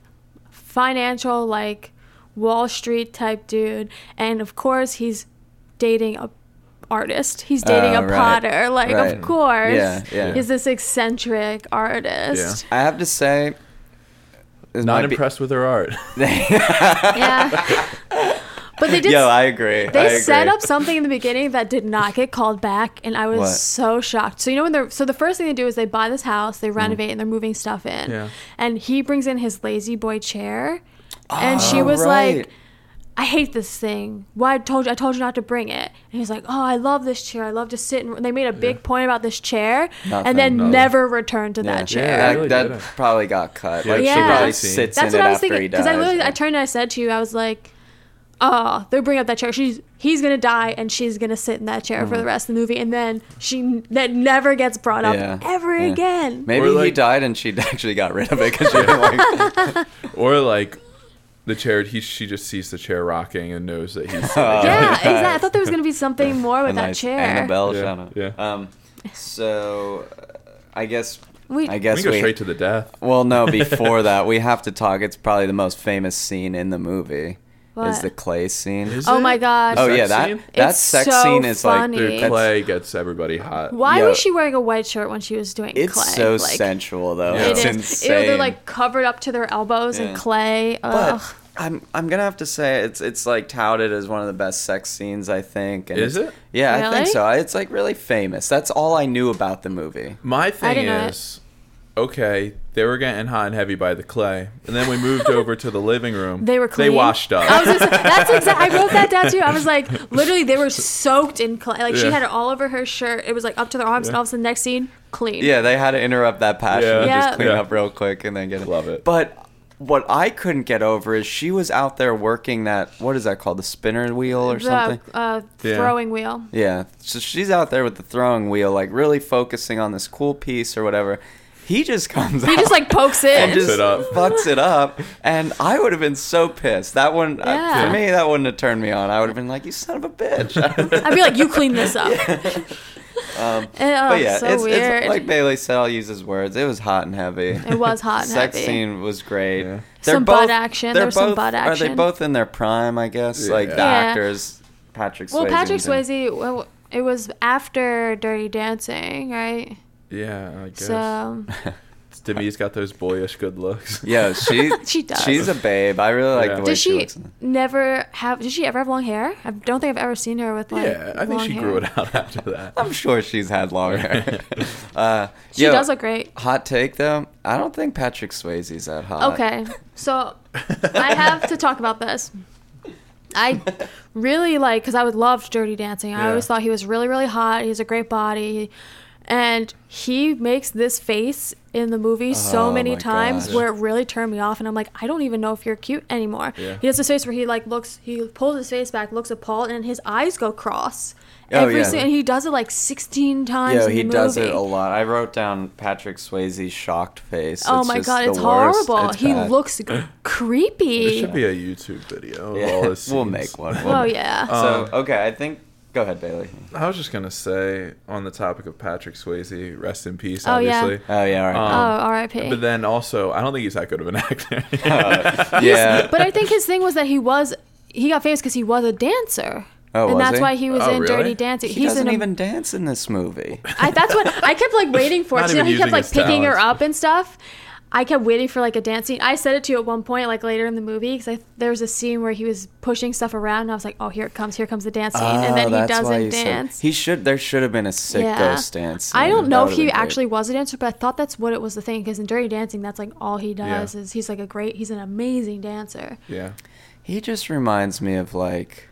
B: financial, like Wall Street type dude, and of course he's dating a artist. He's dating
A: Oh,
B: a
A: right.
B: potter. Like
A: Right.
B: of course,
A: Yeah, yeah.
B: he's this eccentric artist.
A: I have to say, this
C: Not
A: might be- [LAUGHS]
C: impressed with her art. [LAUGHS]
B: Yeah. but they did.
A: Yo, I agree. I
B: they
A: agree.
B: set up something in the beginning that did not get called back, and I was
A: What?
B: so shocked. So you know when they're so the first thing they do is they buy this house,
A: Mm.
B: they renovate, and they're moving stuff in.
C: Yeah.
B: And he brings in his lazy boy chair, and she
A: Oh,
B: was
A: right.
B: like, "I hate this thing. Why I told you I told you not to bring it?" And he was like, "Oh, I love this chair. I love to sit." And they made a big point about this chair,
A: Nothing,
B: and then
A: nothing.
B: never returned to that
A: Yeah,
B: chair.
C: Yeah,
A: that,
C: I really
A: that
C: did.
A: probably got cut. Like
B: Yeah.
A: she probably
C: That's
A: sits
B: That's
A: in
B: what
A: it
B: I was
A: after
B: thinking
A: he
B: because I
A: dies.
B: literally
A: Yeah.
B: I turned and I said to you I was like, "Oh, they're bringing up that chair. She's he's gonna die and she's gonna sit in that
A: Uh-huh.
B: chair for the rest of the movie, and then she n- that never gets brought up
A: Yeah.
B: ever
A: Yeah.
B: again."
A: Maybe
C: Or
A: he
C: like-
A: died and she [LAUGHS] actually got rid of it
B: [LAUGHS]
A: because she didn't like.
C: or like the chair he she just sees the chair rocking and
A: [LAUGHS]
C: knows that he's
A: Oh.
B: yeah, exactly. I thought there was gonna be something more
A: [LAUGHS]
B: with
A: a
B: that
A: nice
B: chair.
A: Annabelle
C: Yeah,
A: shout out.
C: yeah.
A: Um, so uh, I guess
B: We-
A: I
C: we
A: guess
C: can go
A: we.
C: straight to the death.
A: well,
C: [LAUGHS]
A: no. Before that, we have to talk. It's probably the most famous scene in the movie. Is
B: What?
A: the clay scene?
C: Is
B: Oh
C: it?
B: my God.
A: oh
C: The
A: yeah,
C: sex
A: that
C: scene?
A: that
B: It's
A: sex
B: so
A: scene is
B: funny.
A: like
C: Dude,
A: that's-
C: clay gets everybody hot.
B: Why
A: Yo.
B: was she wearing a white shirt when she was doing
A: It's
B: clay?
A: so
B: Like,
A: sensual though.
C: Yeah.
B: It
A: It's
B: is.
A: insane.
B: Ew, they're like covered up to their elbows in
A: Yeah.
B: clay. Ugh.
A: But I'm I'm gonna have to say it's it's like touted as one of the best sex scenes I think. And
C: Is
A: it's-
C: it?
A: Yeah, I think
B: Really?
A: so. It's like really famous. That's all I knew about the movie.
C: My thing
B: didn't know it.
C: is, okay, they were getting hot and heavy by the clay, and then we moved over to
B: [LAUGHS]
C: the living room.
B: They were
C: They
B: clean?
C: washed up.
B: I was just, that's exactly. I wrote that down too. I was like,
C: [LAUGHS]
B: literally, they were soaked in clay. Like she
C: Yeah.
B: had it all over her shirt. It was like up to their arms, and all of a sudden, next scene, clean.
A: Yeah, they had to interrupt that passion
C: Yeah.
A: and
B: Yeah.
A: just clean
C: Yeah.
A: up real quick and then get it.
C: Love it.
A: But what I couldn't get over is she was out there working that what is that called the spinner wheel or
B: The,
A: something.
B: uh,
C: Yeah.
B: throwing wheel.
A: Yeah, so she's out there with the throwing wheel, like really focusing on this cool piece or whatever. He just comes.
B: He just like pokes in.
A: and just
C: it up.
A: fucks it up. And I would have been so pissed. That one, uh,
B: Yeah.
A: for me, that wouldn't have turned me on. I would have been like, "You son of a bitch."
B: I'd be like, you
A: [LAUGHS]
B: clean this up. [LAUGHS]
A: um,
B: And, oh,
A: but yeah,
B: so
A: it's,
B: weird.
A: it's like Bailey said. I'll use his words. It was hot and heavy.
B: it was hot and
A: [LAUGHS] Sex
B: heavy.
A: scene was great.
C: Yeah.
B: Some butt action.
A: they're
B: There was some
A: both-
B: butt
A: Are they
B: action.
A: both in their prime? I guess like the
C: Yeah.
B: Yeah.
A: actors, Patrick.
B: Well,
A: Swayze
B: Patrick
A: and Jim-
B: Swayze. Well, it was after Dirty Dancing, right?
C: yeah, I guess.
B: So
A: [LAUGHS]
C: Demi's got those boyish good looks. [LAUGHS]
A: Yo, she
B: [LAUGHS] She does.
A: She's a babe. I really like
C: Yeah.
A: the way
B: did
A: she,
B: she
A: looks. in-
C: [LAUGHS]
B: never have? Did she ever have long hair? I don't think I've ever seen her with like
C: yeah, I think
B: long
C: she
B: hair.
C: grew it out [LAUGHS] after that.
A: I'm sure she's had long
C: [LAUGHS]
A: hair. [LAUGHS] uh,
B: She
A: yo,
B: does look great.
A: Hot take though, I don't think Patrick Swayze's that hot. [LAUGHS]
B: Okay, so I have to talk about this. I really like because I would love Dirty Dancing. I
C: Yeah.
B: always thought he was really, really hot. He has a great body, and he makes this face in the movie so
A: Oh
B: many
A: my
B: times
A: gosh.
B: where it really turned me off. And I'm like, I don't even know if you're cute anymore.
C: Yeah.
B: He has this face where he like looks, he pulls his face back, looks appalled, and his eyes go cross.
A: Oh,
B: Every
A: yeah.
B: si- and he does it like 16 times.
A: Yo,
B: in
A: he
B: the
A: does it
B: movie.
A: a lot. I wrote down Patrick Swayze's shocked face.
B: Oh
A: It's
B: my
A: just
B: god,
A: the
B: it's
A: worst.
B: horrible.
A: It's
B: he
A: bad. [GASPS]
B: looks
C: There
B: creepy.
C: should be a YouTube video
A: Yeah,
C: of all this.
A: [LAUGHS] we'll make one. We'll
B: Oh
C: [LAUGHS]
A: make-
B: yeah.
A: So
C: Um,
A: okay, I think. Go ahead, Bailey.
C: I was just gonna say on the topic of Patrick Swayze, rest in peace.
B: Oh, yeah.
C: Obviously.
A: Oh yeah, all right.
C: Um,
B: oh, R.I.P.
C: But then also, I don't think he's that good of an [LAUGHS] actor.
A: [LAUGHS] Uh, yeah.
B: But I think his thing was that he was he got famous because he was a dancer.
A: Oh,
B: and
A: was
B: that's
A: he?
B: why he was
C: Oh,
B: in
C: really?
B: Dirty Dancing.
A: he
B: He's
A: doesn't
B: in a,
A: even dance in this movie.
B: [LAUGHS] I, that's what I kept
A: [LAUGHS]
B: like waiting for.
C: Not
B: it. You know,
C: even
B: he kept
C: using
B: like
C: his
B: picking her up
C: talents.
B: and stuff. I kept waiting for like a dance scene. I said it to you at one point, like later in the movie, because there was a scene where he was pushing stuff around, and I was like, "Oh, here it comes! Here comes the dance scene!" and then
A: Oh,
B: he
A: that's why
B: doesn't
A: you said-
B: dance.
A: He should. There should have been a sick ghost dance.
B: I
A: scene.
B: don't
A: That
B: know
A: would
B: if
A: have
B: he
A: been great.
B: actually was a dancer, but I thought that's what it was the thing. Because in Dirty Dancing, that's like all he does
C: Yeah.
B: is he's like a great, he's an amazing dancer.
C: [LAUGHS] yeah.
A: He just reminds me of like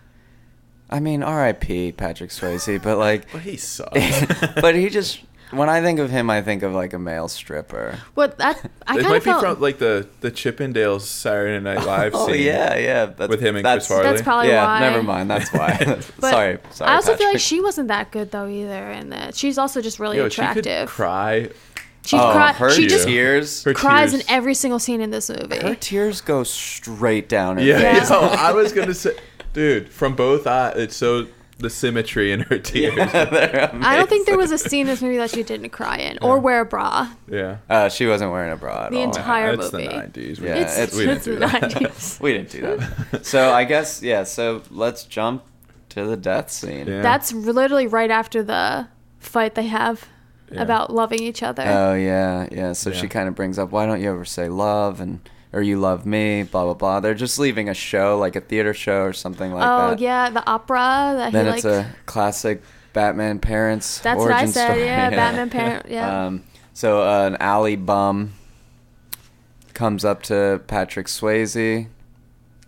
A: I mean, R.I.P. Patrick Swayze, but like, [LAUGHS]
C: But he sucks.
A: but he just. When I think of him, I think of like a male stripper.
B: Well, that I
C: it
B: kind
C: might
B: of
C: be
B: felt
C: from like the the Chippendales Saturday Night Live
A: [LAUGHS] Oh
C: scene.
A: yeah, yeah. That's,
C: With him and
A: that's,
C: Chris Farley.
B: that's probably
A: yeah,
B: why.
A: never mind. That's why.
B: But
A: [LAUGHS] sorry, sorry.
B: I also feel
A: Patrick.
B: like she wasn't that good though either, and that she's also just really
C: Yo,
B: attractive.
C: she could cry.
B: She
A: oh,
B: cry-
A: her
B: she just
A: tears.
C: Her
B: cries
C: tears.
B: in every single scene in this movie.
A: Her tears go straight down her
C: Yeah,
A: face. [LAUGHS]
B: Yeah.
C: [LAUGHS] yo, I was gonna say, dude, from both eyes, it's so the symmetry in her
A: [LAUGHS]
C: tears. Yeah,
B: I don't think there was a scene in this movie that she didn't cry in or wear a bra.
A: Uh, she wasn't wearing a bra at
B: The
A: all.
B: entire
C: it's
B: movie.
C: the '90s.
A: Yeah, it's-
B: it's it's,
A: we
C: didn't
B: the
C: do that.
B: 90s.
A: we didn't do
C: [LAUGHS]
A: that. So I guess yeah. So let's jump to the death scene.
C: Yeah.
B: That's literally right after the fight they have
C: Yeah.
B: about loving each other.
A: Oh yeah, yeah. So she
C: Yeah.
A: kind of brings up, why don't you ever say love and or you love me, blah blah blah. They're just leaving a show, like a theater show or something like
B: oh
A: that.
B: yeah, the opera that
A: Then
B: he
A: it's
B: like.
A: a classic Batman parents.
B: that's what
A: origin
B: I said.
A: Story. [LAUGHS]
B: Yeah, Batman parent. Yeah.
A: Um, so uh, an alley bum comes up to Patrick Swayze,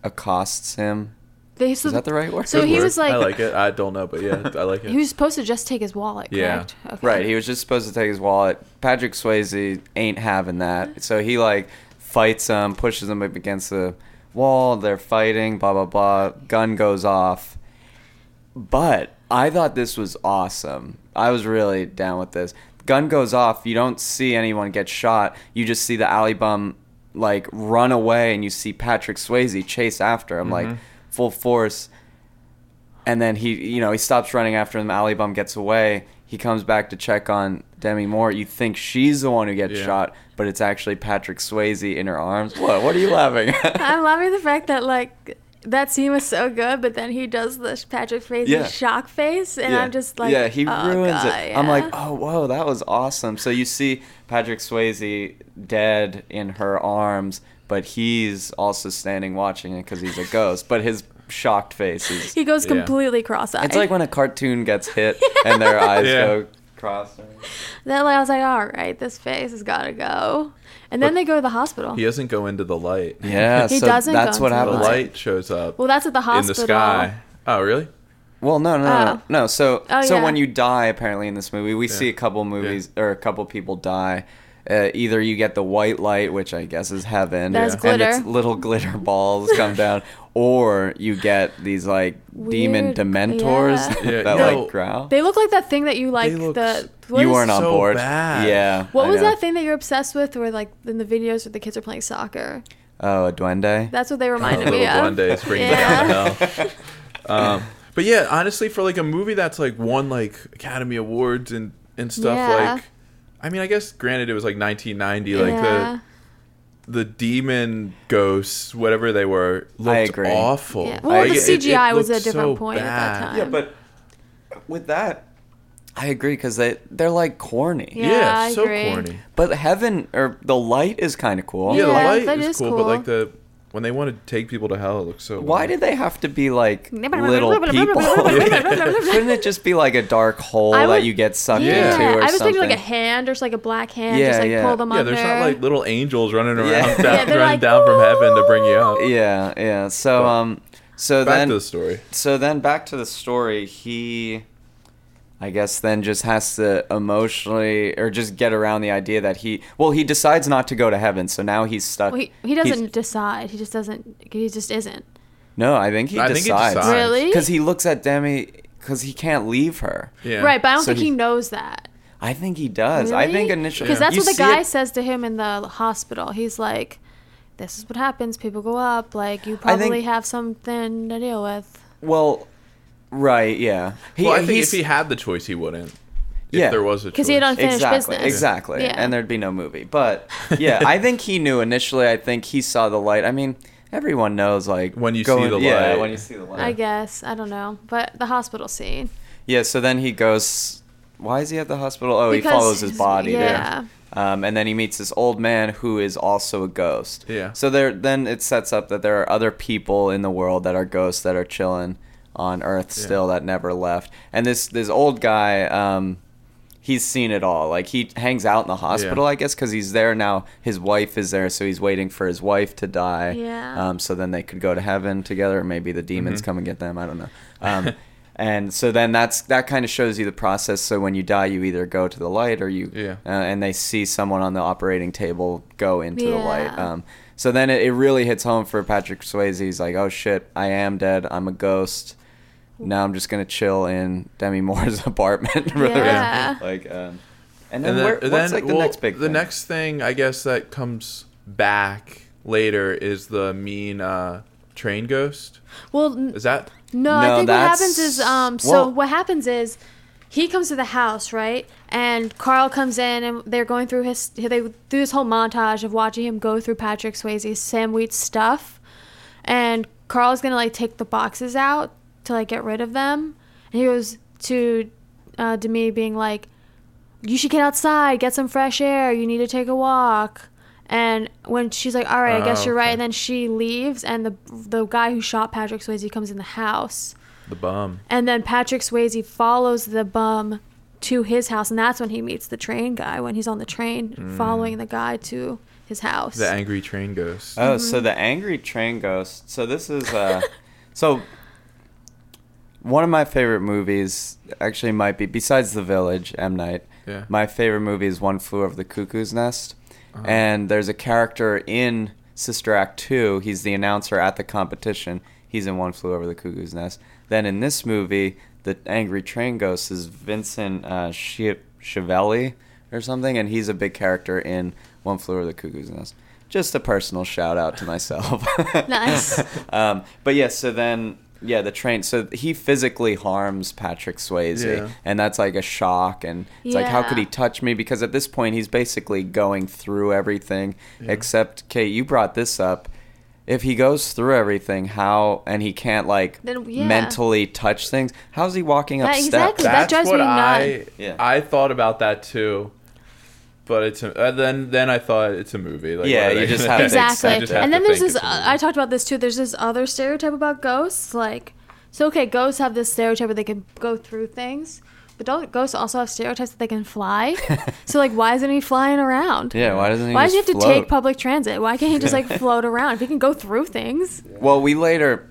A: accosts him.
B: they, so
A: Is that the right word?
B: So
C: Good
B: he
C: word.
B: was like,
C: I like it. I don't know, but yeah, I like it.
B: he was supposed to just take his wallet.
C: Yeah.
B: Correct? Okay.
A: Right, he was just supposed to take his wallet. Patrick Swayze ain't having that. So he like fights him, pushes him up against the wall, they're fighting, blah blah blah. Gun goes off. But I thought this was awesome. I was really down with this. Gun goes off, you don't see anyone get shot. You just see the alley bum like run away and you see Patrick Swayze chase after him like full force and then he you know he stops running after him alley bum gets away he comes back to check on demi moore you think she's the one who gets
C: Yeah.
A: shot but it's actually patrick swayze in her arms what what are you laughing
B: [LAUGHS]
A: at
B: I'm loving the fact that like that scene was so good, but then he does the Patrick Swayze
A: Yeah.
B: shock face, and I'm just like,
A: yeah he
B: "Oh,
A: ruins
B: God,
A: it i'm like
B: yeah."
A: oh whoa that was awesome so you see patrick swayze dead in her arms but he's also standing watching it because he's a ghost but his shocked face is
B: [LAUGHS] [LAUGHS] he goes
C: Yeah.
B: completely cross-eyed.
A: it's like when a cartoon gets hit and their eyes
C: Yeah.
A: go cross
B: [LAUGHS] then like, I was like, all right, this face has got to go, and then
C: But-
B: they go to the hospital.
C: He doesn't go into the light.
A: yeah
B: He
A: so
B: doesn't
A: that's
B: go
A: what
B: into the
C: [LAUGHS] the
A: happens
C: light shows up
B: well, that's at the
C: in
B: hospital.
C: the sky. Oh, really?
A: Well, no, no, no, no.
B: Oh.
A: no. So,
B: Oh,
A: so
B: yeah.
A: when you die, apparently in this movie, we see a couple movies or a couple people die. Uh, either you get the white light, which I guess is heaven,
B: That has
A: and it's
B: glitter.
A: little glitter balls
B: [LAUGHS]
A: come down, or you get these like demon
B: Weird.
A: dementors
B: Yeah.
A: [LAUGHS]
C: Yeah,
A: that
C: no.
A: like growl.
B: They look like that thing that you like.
C: look
B: The
C: s-
B: what
A: you
B: is-
A: weren't on
C: so
A: board.
C: bad.
A: Yeah.
B: What
A: I
B: was
A: know.
B: that thing that you're obsessed with, where like in the videos where the kids are playing soccer?
A: Oh, a duende.
B: That's what
C: [LAUGHS]
B: they reminded
C: Little
B: me of.
C: blonde days
B: [LAUGHS]
C: bring
B: Yeah.
C: down
B: [LAUGHS]
C: the hell. Um, but yeah, honestly, for like a movie that's like won like Academy Awards and and stuff,
B: Yeah.
C: like, I mean, I guess granted it was like 1990, like
B: yeah.
C: the the demon ghosts, whatever they were, looked
A: agree.
C: awful.
B: Yeah. Well,
C: Like,
B: the
C: it- it-
B: CGI
C: it
B: was at a
C: looked
B: different
C: so
B: point at that
C: bad.
B: time.
A: Yeah, but with that, I agree because they they're like corny.
B: Yeah,
C: Yeah,
B: I
C: so
B: agree.
C: corny.
A: But heaven or the light is kind of cool.
C: Yeah, the
B: Yeah,
C: light
B: that
C: is,
B: is
C: cool,
B: cool.
C: but like the when they want to take people to hell, it looks so.
A: Why
C: weird.
A: did they have to be
B: [LAUGHS]
A: like little people? Couldn't it just be like a dark hole
B: I
A: that
B: would-
A: you get sucked
B: Yeah,
A: into or
B: I was
A: something?
B: thinking like a hand or just like a black hand,
A: Yeah,
B: just like
A: yeah.
B: pull them
C: Yeah,
B: under.
C: there's not like little angels running around,
A: [LAUGHS] Yeah.
C: down,
A: Yeah,
B: they're
C: running
B: like,
C: down from heaven to bring you up.
A: yeah, yeah. So
C: But-
A: um, so
C: Back
A: then
C: to the story.
A: so then back to the story. He, I guess, then just has to emotionally or just get around the idea that he well he decides not to go to heaven, so now he's stuck.
B: Well, he, he
A: He's-
B: doesn't decide. He just doesn't. He just isn't.
A: no, I think he
C: I think he
A: decides
C: decides.
B: Really?
A: because he looks at Demi because he can't leave her.
C: Yeah.
B: Right, but I don't
A: So
B: think he,
A: he-
B: knows that.
A: I think he does. I think initially
B: because that's
A: you
B: what the
A: see
B: guy
A: it-
B: says to him in the hospital. He's like, "This is what happens. People go up. Like you
A: I think-
B: probably have something to deal with."
A: Well, right, yeah. He,
C: well, I think
A: he's-
C: if he had the choice, he wouldn't. If
A: Yeah.
C: there was a choice.
B: 'Cause he had unfi- finished
A: exactly,
B: business.
A: exactly,
B: Yeah.
A: and there'd be no movie. But yeah, I think he knew initially. I think he saw the light. I mean, everyone knows like
C: When you see the
A: yeah,
C: light.
A: when you see the light.
B: I guess I don't know, but the hospital scene.
A: Yeah. So then he goes. Why is he at the hospital? Oh, he
B: Because
A: follows his
B: he's-
A: body
B: yeah.
A: there. Um, and then he meets this old man who is also a ghost.
C: Yeah.
A: So there, then it sets up that there are other people in the world that are ghosts that are chilling on Earth still that never left. And this this old guy, um, he's seen it all. Like he hangs out in the hospital,
C: Yeah.
A: I guess, because he's there now. His wife is there, so he's waiting for his wife to die.
B: Yeah.
C: Mm-hmm. [LAUGHS]
A: Um, so then they could go to heaven together. Or maybe the demons come and get them. I don't know. Um, And so then that's that kind of shows you the process. So when you die, you either go to the light or you,
C: Yeah.
A: uh, and they see someone on the operating table go into the light.
B: Yeah.
A: Um, so then it, it really hits home for Patrick Swayze. He's like, oh shit, I am dead. I'm a ghost. Now I'm just gonna chill in Demi Moore's [LAUGHS] apartment. for the rest-
B: Yeah.
A: Like, um, and then,
C: And then,
A: where,
C: and
A: what's
C: then,
A: like the
C: well,
A: next big?
C: The
A: thing?
C: next thing I guess that comes back later is the mean uh, train ghost.
B: Well, n-
C: Is that
B: No,
A: No,
B: I think what happens
A: that's-
B: is um so
A: well-
B: what happens is he comes to the house, right? And Carl comes in and they're going through his they do this whole montage of watching him go through Patrick Swayze's Sam Wheat stuff. And Carl's going to like take the boxes out to like get rid of them. And he goes to uh Demi being like you should get outside, get some fresh air, you need to take a walk. And when she's like, "All right, I guess
C: Oh,
B: you're right,"
C: okay.
B: and then she leaves, and the the guy who shot Patrick Swayze comes in the house,
C: the bum?
B: and then Patrick Swayze follows the bum to his house, and that's when he meets the train guy when he's on the train following the guy to his house.
C: Mm. The angry train ghost.
A: Oh, so
B: Mm-hmm.
A: the angry train ghost. So this is uh [LAUGHS] so one of my favorite movies actually might be besides The Village, M Night.
C: Yeah.
A: My favorite movie is One Flew Over the Cuckoo's Nest.
C: Uh-huh.
A: And there's a character in Sister Act 2, he's the announcer at the competition. He's in One Flew Over the Cuckoo's Nest. Then in this movie, the angry train ghost is Vincent uh, Chi- Chiavelli or something, and he's a big character in One Flew Over the Cuckoo's Nest. Just a personal shout out to myself.
B: Nice.
A: [LAUGHS] um, but yeah, so then yeah, the train. So he physically harms Patrick Swayze,
C: Yeah.
A: and that's like a shock. And it's like, how could he
B: Yeah.
A: touch me? Because at this point, he's basically going through everything.
C: Yeah.
A: Except, Kate, you brought this up. If he goes through everything, how and he can't like
B: Then- yeah.
A: mentally touch things? How's he walking up
B: That-
A: steps?
B: exactly. That drives me
C: I
A: nuts. Yeah.
C: I thought about that too, but it's a, uh, then then I thought it's a movie. Like,
A: Yeah,
C: what
A: you
C: are they [LAUGHS]
A: just
C: gonna
A: have
C: do?
A: to
B: exactly.
A: accept
C: I just have
B: And
C: to
B: then there's
C: think
B: this.
C: it's
A: uh,
C: a movie.
B: I talked about this too. There's this other stereotype about ghosts. Like, so okay, ghosts have this stereotype where they can go through things, but don't ghosts also have stereotypes that they
A: [LAUGHS]
B: can fly? so like, why isn't he flying around?
A: Yeah, why doesn't he?
B: Why does
A: just
B: he have to
A: float?
B: take public transit? Why can't
A: [LAUGHS]
B: he just like float around? If he can go through things,
A: Well, we later,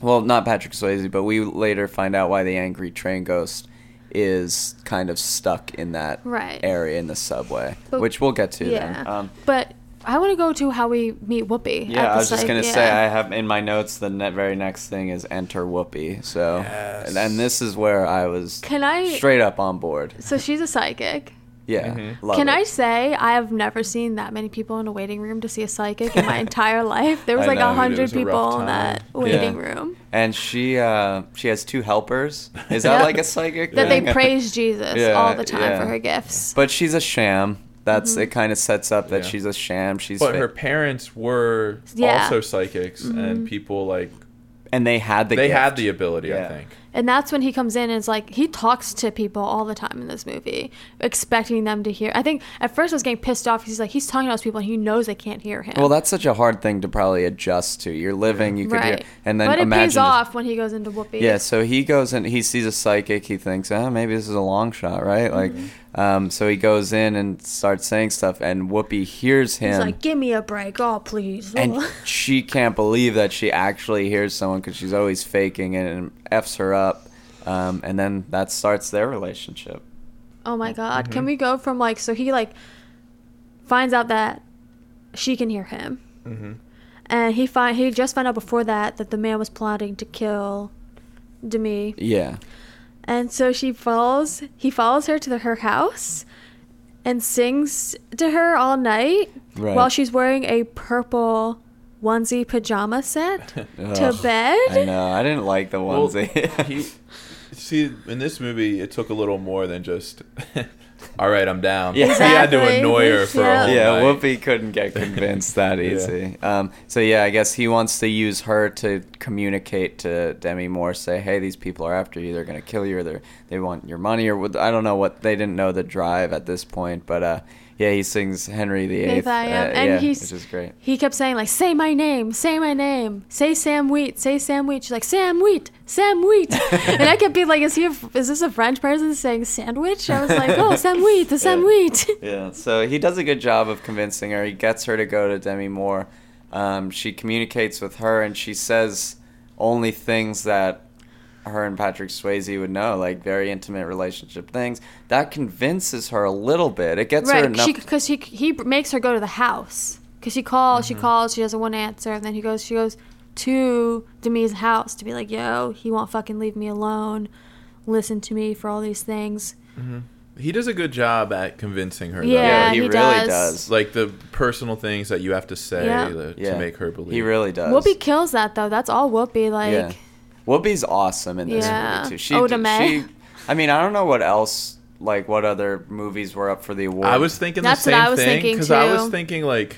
A: well, not Patrick Swayze, but we later find out why the angry train ghost is kind of stuck in that
B: Right.
A: area in the subway,
B: But-
A: which we'll get to
B: yeah.
A: then. Um,
B: but I want to go to how we meet Whoopi. at
A: yeah, I
B: the
A: was just
B: psych-
A: gonna
B: yeah.
A: say I have in my notes the ne- very next thing is enter Whoopi. So,
C: Yes.
A: and, and this is where I was
B: Can I-
A: straight up on board.
B: So she's a psychic.
A: Yeah,
C: Mhm.
A: love
B: Can
A: it.
B: I say I have never seen that many people in a waiting room to see a psychic in
A: [LAUGHS]
B: my entire life? There was
A: I
B: like
A: know,
B: a
A: dude, it
B: hundred
C: was a rough
B: people in
C: time.
B: that
C: Yeah.
B: waiting room
A: And she uh, she has two helpers. Is that
B: Yep.
A: like a psychic?
B: that
A: thing?
B: they praise Jesus
A: Yeah,
B: all the time
A: yeah.
B: for her gifts.
A: [LAUGHS] But she's a sham. That's
B: Mm-hmm.
A: it. Kind of sets up that
C: Yeah.
A: she's a sham. She's
C: But
A: fa-
C: her parents were
B: Yeah.
C: also psychics, and people like
A: and they had the
C: they
A: gift.
C: had the ability.
A: Yeah.
C: I think.
B: and that's when he comes in and is like he talks to people all the time in this movie, expecting them to hear. I think at first I was getting pissed off because he's like he's talking to those people and he knows they can't hear him.
A: Well, that's such a hard thing to probably adjust to. You're living, you could
B: right.
A: hear, and then
B: but it
A: imagine.
B: pays off when he goes into Whoopi.
A: Yeah, so he goes and he sees a psychic. He thinks, oh, maybe this is a long shot, right? Like,
B: Mm-hmm.
A: um, so he goes in and starts saying stuff, and Whoopi hears him,
B: He's like, "Give me a break, oh please." [LAUGHS]
A: and she can't believe that she actually hears someone because she's always faking it and f's her up, um, and then that starts their relationship.
B: Oh
A: Mm-hmm.
B: my god. Can we go from like so he like finds out that she can hear him.
A: Mm-hmm.
C: [LAUGHS]
B: And he find he just found out before that that the man was plotting to kill Demi.
A: Yeah,
B: And so she follows he follows her to the, her house and sings to her all night
A: right.
B: while she's wearing a purple onesie pajama
A: [LAUGHS]
B: set to
A: Ugh.
B: bed.
A: I know. I didn't like the
C: Well,
A: onesie. [LAUGHS]
C: he, see, in this movie, it took a little more than just. [LAUGHS] All right, I'm down.
A: Yeah.
C: He had to
B: Exactly.
C: annoy her for
B: Yeah.
C: a whole
A: yeah,
C: night.
A: Whoopi couldn't get convinced that
C: Yeah.
A: easy. Um, so yeah, I guess he wants to use her to communicate to Demi Moore, say, "Hey, these people are after you. They're gonna kill you, or they they want your money, or what, I don't know what they didn't know the drive at this point." But uh, yeah, he sings Henry the Eighth, uh,
B: If I am. and
A: yeah,
B: he's
A: which is great.
B: He kept saying like, "Say my name, say my name, say Sam Wheat, say Sam Wheat." She's like, "Sam Wheat, Sam
A: [LAUGHS]
B: Wheat," and I kept being like, "Is he? A, is this a French person saying sandwich?" I was like, "Oh, Sam Wheat, the Sam
A: [LAUGHS] Yeah.
B: Wheat."
A: Yeah, so he does a good job of convincing her. He gets her to go to Demi Moore. Um, she communicates with her, and she says only things that her and Patrick Swayze would know, like very intimate relationship things. That convinces her a little bit. It gets her
B: right
A: enough.
B: she because he he makes her go to the house because she calls
A: Mm-hmm.
B: she calls she doesn't want to answer and then he goes she goes to Demi's house to be like yo he won't fucking leave me alone listen to me for all these things
C: He does a good job at convincing her. though.
B: Yeah,
A: yeah, he,
B: he
A: really
B: does.
A: does.
C: Like the personal things that you have to say
B: Yeah.
C: to, to
A: yeah,
C: make her believe.
A: He really does.
B: Whoopi kills that though that's all Whoopi like
A: yeah. [LAUGHS] Whoopi's awesome in this
B: Yeah.
A: movie too. She,
B: Oda Mae.
A: she, I mean, I don't know what else, like what other movies were up for the award.
C: I was thinking
B: That's
C: the
B: what
C: same
B: I was
C: thing
B: thinking,
C: because I was
B: too.
C: thinking like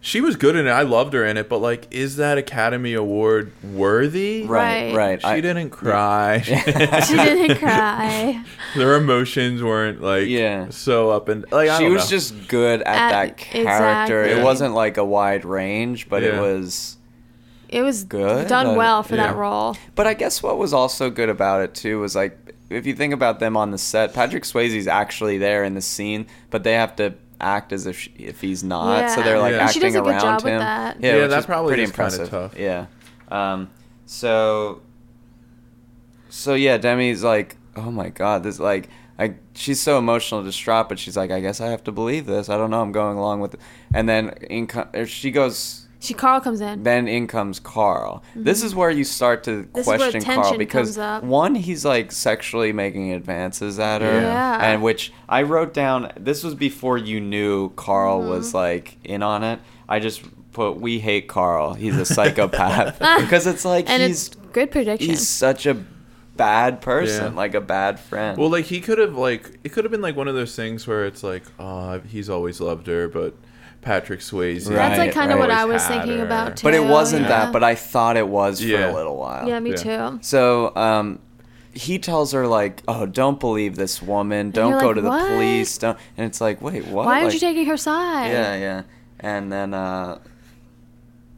C: she was good in it. I loved her in it, but like, is that Academy Award worthy?
A: right,
B: Right.
A: right.
C: She
A: I- [LAUGHS]
C: didn't cry.
B: she didn't cry
C: [LAUGHS] Their emotions weren't like
A: Yeah.
C: so up and like I
A: she
C: don't
A: was
C: know.
A: just good at,
B: At-
A: that character.
B: exactly.
A: It wasn't like a wide range, but it
C: Yeah.
A: was.
B: it was
A: Good,
B: done
A: uh,
B: well for that
C: yeah.
B: role
A: But I guess what was also good about it too was like if you think about them on the set, Patrick Swayze's actually there in the scene, but they have to act as if she, if he's not. So
B: Yeah.
A: they're like
C: Yeah. And
B: she
A: acting
B: does a good
A: around
B: job with
A: him.
B: that.
A: Yeah,
C: Yeah,
A: which
C: that
A: is
C: probably
A: pretty
C: is kinda
A: impressive.
C: tough.
A: Yeah. Um, so so yeah, Demi's like, oh my god, this like, I she's so emotional, distraught, but she's like, I guess I have to believe this. I don't know, I'm going along with it. And then in co- er, she goes,
B: she Carl comes in
A: then in comes Carl. This is where you start to
B: Mm-hmm. This is where
A: question Carl
B: tension
A: because
B: comes up.
A: one, he's like sexually making advances at her,
B: Yeah.
A: and which I wrote down. This was before you knew Carl
B: Mm-hmm.
A: was like in on it. I just put, we hate Carl. He's a
B: [LAUGHS]
A: psychopath because it's like
B: and
A: he's
B: it's good prediction
A: he's such a bad person,
C: Yeah.
A: like a bad friend.
C: well, like he could have like it could have been like one of those things where it's like, oh, he's always loved her, but Patrick Swayze.
B: that's like
A: Right,
B: kind of
A: right.
B: what I
C: always
B: was
C: had
B: thinking
C: her.
B: about too
A: but it wasn't
B: yeah.
A: that. But I thought it was for
C: Yeah.
A: a little while.
B: yeah me
C: Yeah.
B: too
A: So um, he tells her like, "Oh, don't believe this woman. Don't
B: you're
A: go
B: like,
A: to the
B: "What?"
A: police. Don't." And it's like, "Wait, what?
B: why aren't you
A: Like-
B: taking her side
A: Yeah, yeah. And then uh,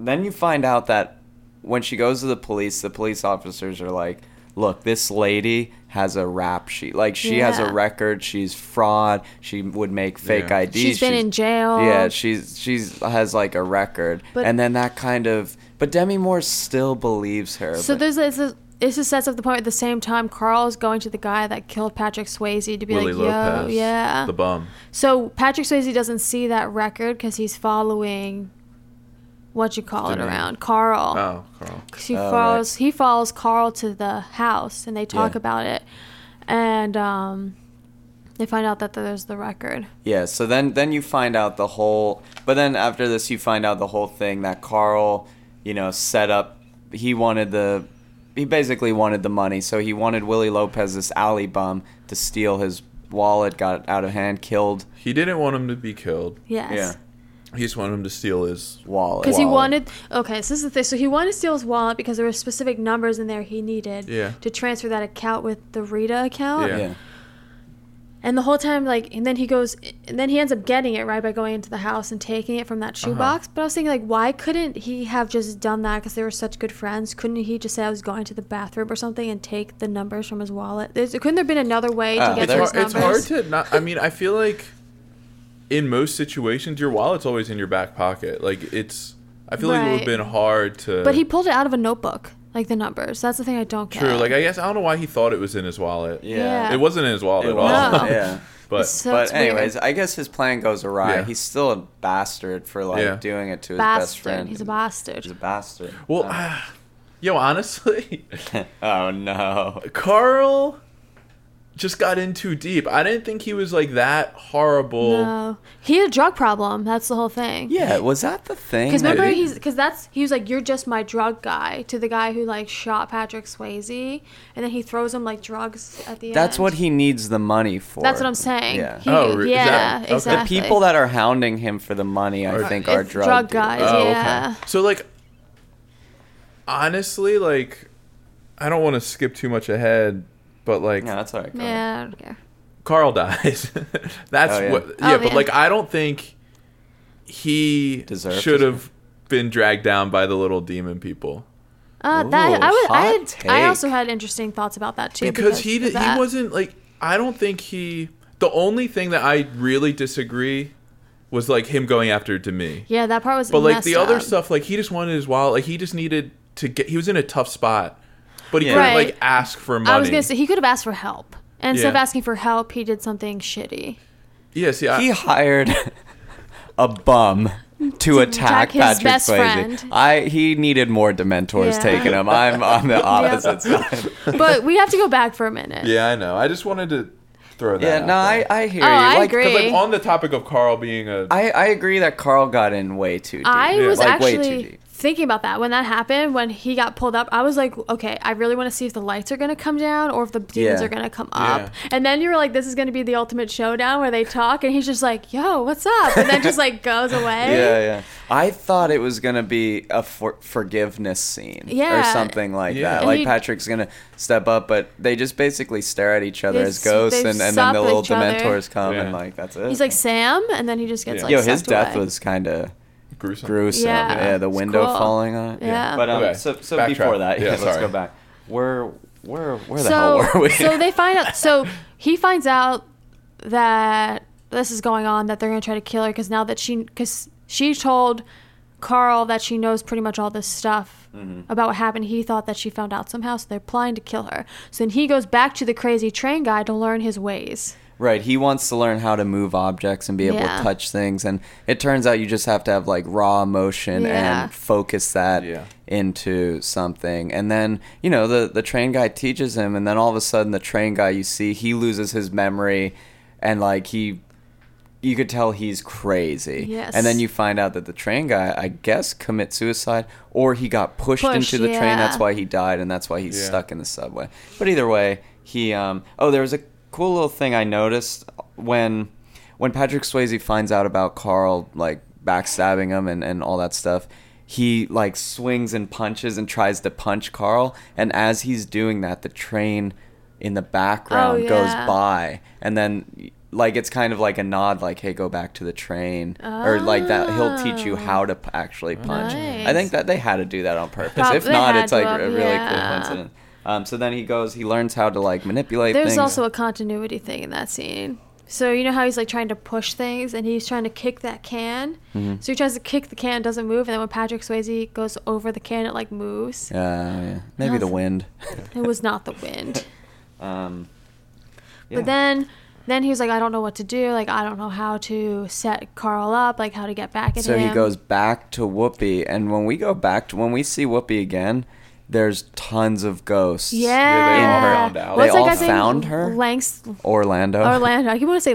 A: then you find out that when she goes to the police, the police officers are like, "Look, this lady has a rap sheet. Like she has
B: Yeah.
A: a record. She's fraud. She would make fake
C: Yeah.
A: IDs.
B: she's been in jail
A: Yeah, she's she's has like a record.
B: But-
A: and then that kind of but Demi Moore still believes her.
B: So
A: but-
B: there's this. this- This is sets up the point at the same time Carl is going to the guy that killed Patrick Swayze to be
C: Willie
B: like, yo,
C: Lopez,
B: yeah.
C: the bum.
B: so Patrick Swayze doesn't see that record because he's following what you call it
C: Demi.
B: around Carl.
C: Oh, Carl.
B: She
A: Oh, right.
B: follows. He follows Carl to the house, and they talk
A: Yeah.
B: about it, and um, they find out that there's the record.
A: Yeah, so then then you find out the whole but then after this you find out the whole thing that Carl, you know, set up he wanted the he basically wanted the money, so he wanted Willie Lopez, this alley bum, to steal his wallet, got out of hand, killed
C: He didn't want him to be killed.
A: Yeah.
B: Yes.
C: He just wanted him to steal his
A: wallet.
B: Because he
A: Wallet.
B: wanted. Okay, so this is the thing. So he wanted to steal his wallet because there were specific numbers in there he needed
C: Yeah.
B: to transfer that account with the Rita account.
C: Yeah.
A: Yeah.
B: And the whole time, like, and then he goes, and then he ends up getting it right by going into the house and taking it from that
C: Uh-huh.
B: shoebox. But I was thinking, like, why couldn't he have just done that? Because they were such good friends. Couldn't he just say I was going to the bathroom or something and take the numbers from his wallet? There's, couldn't there have been another way to
A: Oh,
B: get
C: Ah, it's
B: to
A: there's-
B: his
C: hard, it's
B: numbers?
C: hard to not i mean i feel like in most situations your wallet's always in your back pocket like it's i feel like it would have
B: Right.
C: been hard to
B: But he pulled it out of a notebook, like the numbers. That's the thing I don't get.
C: true like i guess i don't know why he thought it was in his wallet
B: Yeah.
C: it wasn't in his wallet
A: It
C: at all
A: was,
B: No.
A: yeah.
C: [LAUGHS] but
B: So
A: but
B: it's weird.
A: anyways, I guess his plan goes awry.
C: Yeah.
A: He's still a bastard for like
C: Yeah.
A: doing it to his best
B: bastard.
A: friend.
B: He's a
A: He's a
B: bastard.
A: bastard.
C: well
A: Um,
C: ah, [SIGHS] yo honestly
A: [LAUGHS]
C: [LAUGHS]
A: oh no.
C: carl just got in too deep i didn't think he was like that horrible
B: No, he had a drug problem. That's the whole thing.
A: Yeah, was that the thing?
B: Because
A: that
B: remember,
A: he-
B: he's because that's he was like, "You're just my drug guy" to the guy who like shot Patrick Swayze, and then he throws him like drugs at the end.
A: That's what he needs the money for.
B: That's what I'm saying.
A: Yeah.
B: He-
C: Oh, re- is
B: yeah,
C: that- okay. The
A: the
B: exactly.
A: people that are hounding him for the money, I
C: Are-
A: think,
B: It's
A: are drug,
B: drug
A: dealers.
B: guys.
C: Oh, okay.
B: yeah.
C: So like honestly, like I don't want to skip too much ahead, but like
A: No, that's all right. go ahead.
B: Yeah. I don't care.
C: Carl dies. [LAUGHS] that's
A: Oh, yeah.
C: what
B: Oh,
C: yeah, but
B: yeah.
C: like I don't think he
A: Deserved
C: should
A: it.
C: have been dragged down by the little demon people.
B: Uh,
A: Ooh,
B: that I was. I,
A: hot
B: had, I
A: take.
B: also had interesting thoughts about that too.
C: because he
B: of
C: did, he
B: that.
C: wasn't like I don't think he the only thing that I really disagree was like him going after Demi.
B: Yeah, that part was.
C: But like
B: messed
C: the other
B: up.
C: stuff, like he just wanted his wallet. Like he just needed to get. He was in a tough spot But he
A: Yeah.
C: couldn't
B: Right.
C: like ask for money.
B: I was gonna say he could have asked for help. And instead of
C: Yeah.
B: asking for help, he did something
C: [LAUGHS]
B: shitty.
C: yeah, see, I,
A: he hired [LAUGHS] a bum to attack
B: his
A: Patrick
B: best
A: Swayze.
B: friend.
A: I he needed more Dementors
B: Yeah.
A: taking him.
B: [LAUGHS]
A: I'm on the opposite side.
B: But we have to go back for a minute.
C: yeah, I know. I just wanted to throw that.
A: Yeah,
C: out
A: no, I,
C: there.
A: I hear
B: Oh,
A: you.
B: I
A: like,
B: agree.
C: 'Cause, like on the topic of Carl being a
A: I, I agree that Carl got in way too deep.
B: I
C: Yeah.
B: was
A: like way too
B: actually
A: deep.
B: thinking about that when that happened. When he got pulled up, I was like, okay, I really want to see if the lights are going to come down or if the demons
A: Yeah.
B: are going to come up.
C: Yeah.
B: And then you were like, this is going to be the ultimate showdown where they talk, and he's just like, yo, what's up? And then just like goes
A: [LAUGHS]
B: away.
A: Yeah, yeah. I thought it was gonna be a for- forgiveness scene or
B: Yeah.
A: something like
C: Yeah.
A: that.
B: And
A: like
B: he-
A: Patrick's gonna step up, but they just basically stare at each other
B: They
A: as
B: s-
A: ghosts,
B: they
A: and, and then the
B: sup
A: little
B: each other.
A: Dementors come,
C: Yeah.
A: and like that's it.
B: He's like Sam, and then he just gets
C: Yeah.
B: like.
A: yo, his
B: sucked
A: death
B: away.
A: was kind of
C: gruesome.
A: gruesome.
B: Yeah.
A: Yeah, the
B: It's
A: window
B: cool.
A: falling on it.
B: Yeah.
A: But um,
C: Okay.
A: so so
C: Backtrack.
A: before that, [LAUGHS]
C: Yeah,
A: yeah, let's
C: sorry.
A: go back. Where where where the hell
B: so
A: were we?
B: so they find
A: [LAUGHS]
B: out. So he finds out that this is going on. That they're going to try to kill her because now that she because she told Carl that she knows pretty much all this stuff
A: Mm-hmm.
B: about what happened. He thought that she found out somehow, so they're planning to kill her. So then he goes back to the crazy train guy to learn his ways.
A: Right, he wants to learn how to move objects and be able
B: Yeah.
A: to touch things, and it turns out you just have to have like raw emotion
B: Yeah.
A: and focus that
C: Yeah.
A: into something. And then you know the the train guy teaches him, and then all of a sudden the train guy you see he loses his memory, and like he, you could tell he's crazy.
B: Yes.
A: And then you find out that the train guy, I guess, commit suicide, or he got pushed
B: Pushed,
A: into the train. That's
B: yeah.
A: why he died, and that's why he's
C: Yeah.
A: stuck in the subway. But either way, he um oh there was a cool little thing I noticed when when Patrick Swayze finds out about Carl like backstabbing him and, and all that stuff, he like swings and punches and tries to punch Carl and as he's doing that the train in the background goes
B: Oh, yeah.
A: by and then like it's kind of like a nod like hey go back to the train or like that he'll teach you
B: Oh.
A: how to p- actually punch i
B: Nice.
A: think that they had to do that on purpose
B: Prob-
A: if
B: they
A: not
B: had
A: it's like
B: to have-
A: a really
B: yeah.
A: cool coincidence um, so then he goes. He learns how to like manipulate.
B: There's
A: things.
B: also a continuity thing in that scene. So you know how he's like trying to push things, and he's trying to kick that can.
A: Mm-hmm.
B: So he tries to kick the can, doesn't move, and then when Patrick Swayze goes over the can, it like moves.
A: Uh, yeah. Maybe the
B: Nothing.
A: wind.
B: [LAUGHS] It was not the wind.
A: [LAUGHS] um, yeah.
B: But then then he was like, I don't know what to do. Like I don't know how to set Carl up. Like how to get back at
A: so
B: him.
A: he goes back to Whoopi, and when we go back to when we see Whoopi again, there's tons of ghosts.
B: Yeah.
C: they all found out.
B: What's
A: They
B: that
A: all
B: guy's name?
A: found her? [LAUGHS]
B: Langs-
A: Orlando.
B: Orlando. I keep want to say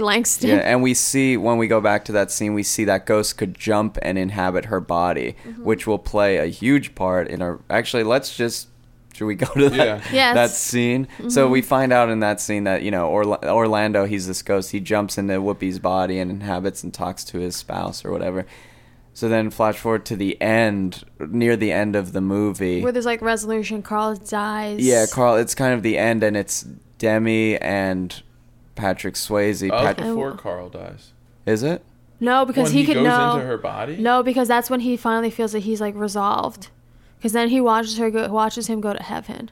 A: [LAUGHS]
B: Langston. [LAUGHS]
A: Yeah, and we see when we go back to that scene, we see that ghost could jump and inhabit her body, which will play a huge part in our. Actually, let's just. Should we go to that,
C: Yeah.
A: [LAUGHS]
B: Yes.
A: that scene? So we find out in that scene that, you know, Orla- Orlando, he's this ghost. He jumps into Whoopi's body and inhabits and talks to his spouse or whatever. So then, flash forward to the end, near the end of the movie.
B: Where there's like resolution. Carl dies.
A: Yeah, Carl, it's kind of the end, and it's Demi and Patrick Swayze.
C: Oh, it's
A: Pat-
C: before Carl dies.
A: is it?
B: No, because
C: when
B: he,
C: he,
B: could
C: goes
B: know.
C: into her body.
B: No, because that's when he finally feels that he's like resolved. Because then he watches her go, watches him go to heaven.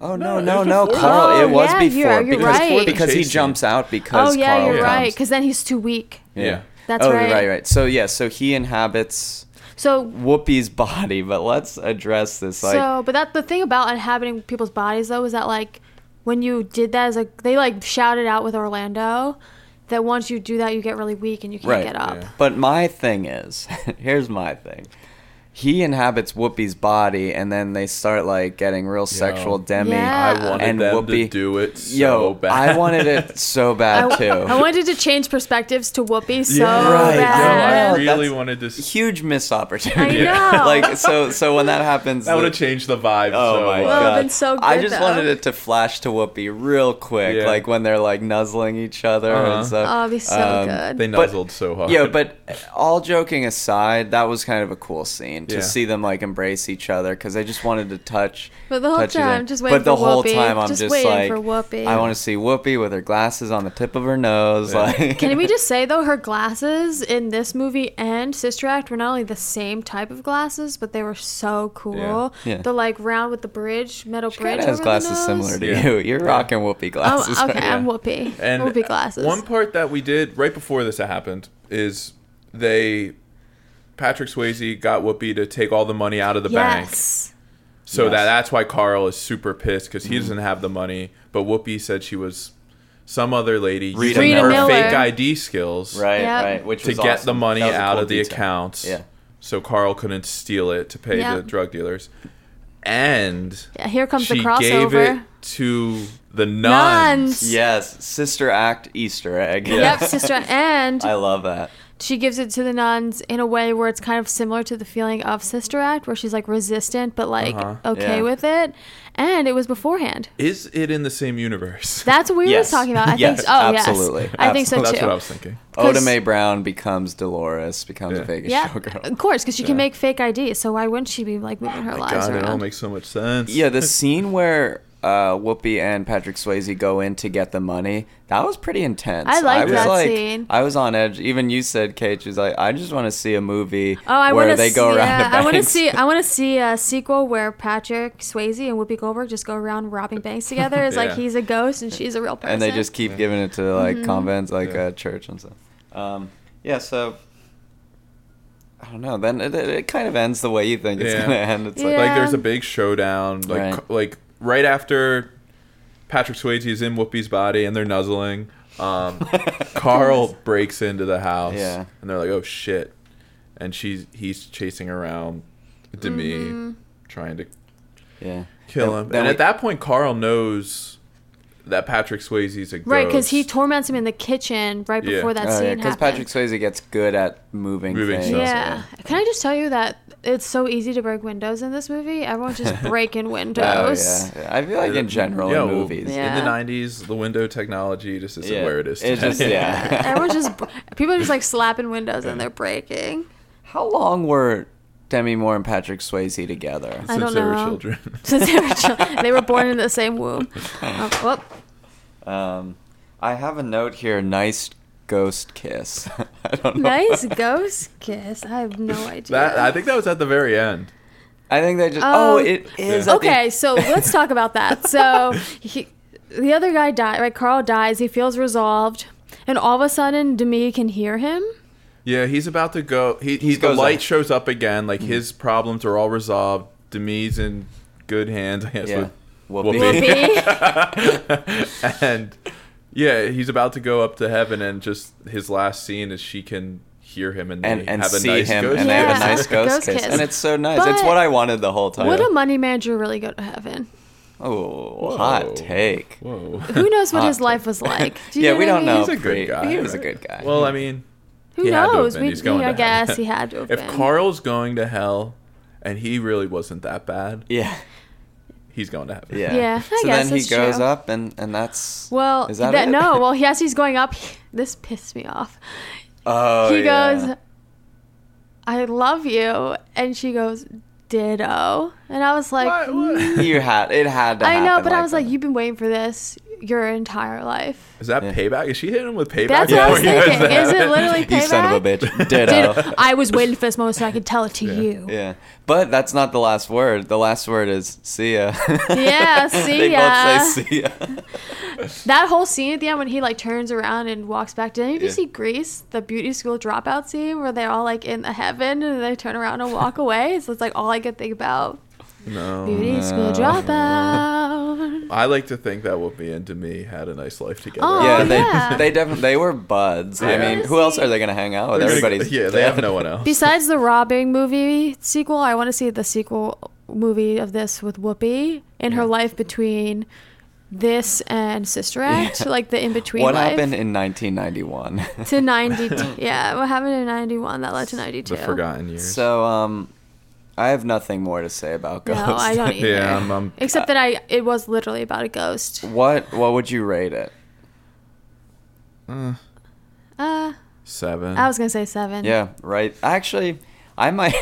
A: Oh
C: No,
A: no,
C: it
A: no,
C: was
A: no,
C: before.
A: Carl!
B: Oh,
A: it was
B: yeah,
A: before
B: you're- you're
A: because
B: right.
A: because he
C: Chasing.
A: jumps out because
B: oh yeah,
A: Carl
B: you're
A: comes.
B: right. Because then he's too weak.
C: Yeah.
B: That's
A: oh,
B: right.
A: right, right. So yeah, so he inhabits
B: So
A: Whoopi's body, but let's address this. Like,
B: so, but that the thing about inhabiting people's bodies though is that like when you did that, is like they like shouted out with Orlando that once you do that, you get really weak and you can't
A: Right,
B: get up.
C: yeah.
A: but my thing is, [LAUGHS] here's my thing. He inhabits Whoopi's body, and then they start like getting real sexual. Demi,
B: Yeah.
C: I wanted
A: And
C: them to
A: Whoopi-
C: do it so
A: yo,
C: bad.
A: I wanted
C: [LAUGHS]
A: it so
B: I,
A: bad too.
B: I wanted to change perspectives to Whoopi
A: [LAUGHS]
B: so
A: right,
B: bad.
A: yeah,
C: No, I
A: Wow,
C: really
A: that's-
C: wanted to. s-
A: Huge missed opportunity.
B: I know.
A: [LAUGHS] like so, so when that happens,
C: That would
A: the-
C: have changed the vibe.
A: Oh
C: so uh,
A: my
C: much.
B: Well,
A: god!
B: been so
A: I
B: good,
A: just
B: though.
A: wanted it to flash to Whoopi real quick,
C: Yeah.
A: like when they're like nuzzling each other
C: Uh-huh.
A: and stuff.
B: Oh, it'd be so
A: Um,
B: good.
C: They
A: But-
C: nuzzled so hard.
A: Yeah, but all joking aside, that was kind of a cool scene to
C: Yeah.
A: see them like embrace each other because I just wanted to touch.
B: But the whole
A: touch each other.
B: time, just waiting
A: But the
B: for
A: whole
B: Whoopi,
A: time, I'm
B: just
A: just,
B: waiting
A: like,
B: for Whoopi.
A: I want to see Whoopi with her glasses on the tip of her nose.
C: Yeah.
A: Like, [LAUGHS]
B: Can we just say though, her glasses in this movie and Sister Act were not only the same type of glasses, but they were so cool.
A: Yeah.
B: The like round with the bridge, metal
A: She
B: bridge.
A: kinda has
B: over
A: glasses
B: the nose.
A: similar to
C: Yeah.
A: you. You're rocking Whoopi
B: Oh,
A: glasses.
B: okay.
A: right?
B: I'm Whoopi.
C: and
B: Whoopi glasses.
C: One part that we did right before this happened is they Patrick Swayze got Whoopi to take all the money out of the bank.
B: yes.
C: So
A: Yes. Mm-hmm.
C: that that's why Carl is super pissed because he doesn't have the money. But Whoopi said she was some other lady
A: Rita
C: using her
A: Miller.
C: fake ID skills
A: Right,
B: Yep.
A: right. Which
C: to
A: was
C: get the
A: awesome.
C: money
A: That was a
C: out
A: cool
C: of the
A: detail.
C: accounts.
A: Yeah.
C: So Carl couldn't steal it to pay
B: Yeah.
C: the drug dealers. And
B: Yeah, here comes
C: she
B: the
C: gave it
B: crossover.
C: to the nuns.
B: Nuns.
A: Yes, sister act Easter egg. [LAUGHS]
B: Yep, sister. And
A: I love
B: [LAUGHS]
A: that.
B: she gives it to the nuns in a way where it's kind of similar to the feeling of Sister Act, where she's like resistant but like
C: Uh-huh.
B: okay
A: Yeah.
B: with it. And it was beforehand.
C: Is it in the same
B: [LAUGHS]
C: universe?
B: That's what we
A: Yes.
B: were talking about. I
A: [LAUGHS] Yes,
B: think. Oh,
A: absolutely.
B: yes. I think so
C: That's
B: too.
C: what I was thinking.
B: Because-
A: Oda Mae Brown becomes Dolores, becomes
C: Yeah.
A: a Vegas
B: yeah,
A: showgirl.
B: [LAUGHS] of course, because she can
C: Yeah.
B: make fake IDs. So why wouldn't she be like moving
A: Oh
B: her lives
C: God, it all
B: around?
C: makes so much sense.
A: Yeah, the scene where uh, Whoopi and Patrick Swayze go in to get the money, that was pretty intense.
B: I liked
A: was
B: that scene.
A: I was on edge. Even you said, Kate, she's like, I just want to see a movie
B: Oh, I
A: where
B: want
A: they
B: to.
A: go around
B: Yeah,
A: the
B: I want to
A: banks.
B: see. I want to see a sequel where Patrick Swayze and Whoopi Goldberg just go around robbing banks together. It's
C: Yeah.
B: like he's a ghost and she's a real person. Mm-hmm.
A: and they just keep giving it to like convents, like
C: Yeah.
A: uh, church and stuff. Um, yeah, so I don't know. Then it, it, it kind of ends the way you think it's
C: Yeah.
A: gonna end. It's
B: Yeah.
A: like
C: Like there's a big showdown, like
A: Right.
C: c- like right after Patrick Swayze is in Whoopi's body and they're nuzzling. Um,
B: [LAUGHS] Oh
C: Carl breaks into the house,
A: Yeah.
C: and they're like, "Oh shit!" And she's he's chasing around Demi,
B: Mm-hmm.
C: trying to
A: [LAUGHS] yeah,
C: kill
A: Then-
C: him.
A: then
C: and
A: we-
C: at that point, Carl knows that Patrick Swayze's a ghost.
B: Right, because he torments him in the kitchen right
C: Yeah.
B: before that
A: Oh,
B: scene
A: yeah,
B: happens.
A: Patrick Swayze gets good at moving,
C: Moving
A: things. Oh,
C: stuff.
B: yeah. Can I just tell you that it's so easy to break windows in this movie? Everyone's just breaking
A: Oh
B: windows.
A: yeah. I feel like in general
C: Yeah,
A: in
C: well,
A: movies.
B: Yeah.
C: in the '90s, the window technology just isn't
A: Yeah.
C: where it is.
A: It's
C: today. [LAUGHS]
A: just- yeah.
B: Everyone's just people are just like slapping windows and they're breaking. [LAUGHS]
A: How long were Demi Moore and Patrick Swayze together?
B: I
C: since
B: don't
C: they were
B: know. [LAUGHS]
C: children. [LAUGHS]
B: Since they were chil- they were born in the same womb. Um, well,
A: Um, I have a note here. Nice ghost kiss. [LAUGHS] I don't know. [LAUGHS]
B: nice ghost kiss. I have no idea.
C: That I think that was at the very end.
A: I think they just.
B: Oh,
A: Oh, it is.
C: Yeah.
A: at the-
B: okay,
A: [LAUGHS]
B: so let's talk about that. So he, the other guy died, right? Carl dies. He feels resolved, and all of a sudden, Demi can hear him.
C: Yeah, he's about to go. He, he the
A: goes Mm-hmm.
C: light
A: off.
C: shows up again. Like his problems are all resolved. Demi's in good hands. I guess
A: Yeah.
C: with
A: Whoopi.
B: Whoopi.
C: [LAUGHS] and yeah, he's about to go up to heaven, and just his last scene is she can hear him and,
A: And,
C: they
A: and
C: have a
A: see
C: nice
A: him,
C: ghost
A: and they have a
B: Yeah.
A: nice ghost,
B: Ghost
A: kiss.
B: kiss.
A: and it's so nice. it's
B: But-
A: what I wanted the whole time.
B: Would a money manager really go to heaven?
A: oh,
C: Whoa.
A: hot take.
C: [LAUGHS] Whoa.
B: Who
A: [LAUGHS]
B: knows what
A: Hot
B: his
A: take.
B: life was like? Do
A: Uh,
B: you
A: yeah,
B: know
A: we
B: what I
A: don't
B: mean?
A: know.
C: [LAUGHS] He's a good
A: Pre-
C: guy.
A: He was a
C: right?
A: good guy.
C: Well, I mean,
B: Who
C: he had to have
B: knows?
C: been.
B: We,
C: He's going
B: yeah, I
C: to heaven.
B: guess
A: [LAUGHS]
B: he had to have
C: if
B: been.
C: Carl's going to hell, and he really wasn't that bad,
A: yeah,
C: he's going to heaven.
A: yeah.
B: Yeah, I
A: so
B: guess
A: then he
B: that's
A: goes
B: true.
A: up, and and that's
B: well,
A: Is that
B: that-
A: it? [LAUGHS]
B: no. Well, yes, he's going up. This pissed me off.
A: Oh,
B: he
A: yeah.
B: goes, "I love you," and she goes, "Ditto," and I was like, "Mm,
C: What- what-
A: You had it had to.
B: I know,
A: happen
B: but I was
A: that.
C: [LAUGHS]
B: like, you've been waiting for this your entire life.
C: Is that
A: Yeah.
C: payback? Is she hitting him with payback?
B: That's what I
C: [LAUGHS]
B: was
C: before he goes
B: thinking.
C: to
B: Is it
C: heaven?
B: literally
A: [LAUGHS] you son of a
B: payback?
A: bitch.
B: [LAUGHS] Ditto.
A: Ditto.
B: I was waiting for this moment so I could tell it to you.
A: [LAUGHS] yeah, but that's not the last word. The last word is see ya.
B: Yeah,
A: [LAUGHS]
B: see
A: they
B: ya.
A: both say see ya.
B: That whole scene at the end when he like turns around and walks back. Did any of you
A: Yeah.
B: see Grease, the beauty school dropout scene where they're all like in the heaven and they turn around
A: [LAUGHS]
B: and walk away? So it's like all I could think about.
C: [LAUGHS] No.
B: Beauty
A: Oh,
B: school dropout.
A: [LAUGHS]
C: I like to think that Whoopi and Demi had a nice life together.
B: Aw.
A: yeah, they
B: Oh, yeah.
A: they definitely they were buds. I
C: Yeah.
A: mean, who else are they gonna hang out with? Everybody's
C: yeah, they have
A: dead.
B: [LAUGHS]
C: no one else.
B: Besides the robbing movie sequel, I want to see the sequel movie of this with Whoopi in her life between this and Sister Act,
A: Yeah.
B: like the in between.
A: What
B: life.
A: happened in 1991?
B: [LAUGHS]
A: [LAUGHS]
B: to ninety? yeah, what happened in ninety one that led to ninety two?
C: [LAUGHS] The forgotten years.
A: so um, I have nothing more to say about
B: No,
A: Ghost.
B: I
C: [LAUGHS]
B: don't either.
C: yeah, I'm, I'm-
B: Except that I, it was literally about a ghost.
A: Uh, What what would you rate it?
C: uh,
B: Uh,
C: seven.
B: I was gonna say seven.
A: Yeah, right. Actually, I
B: [LAUGHS]
A: might.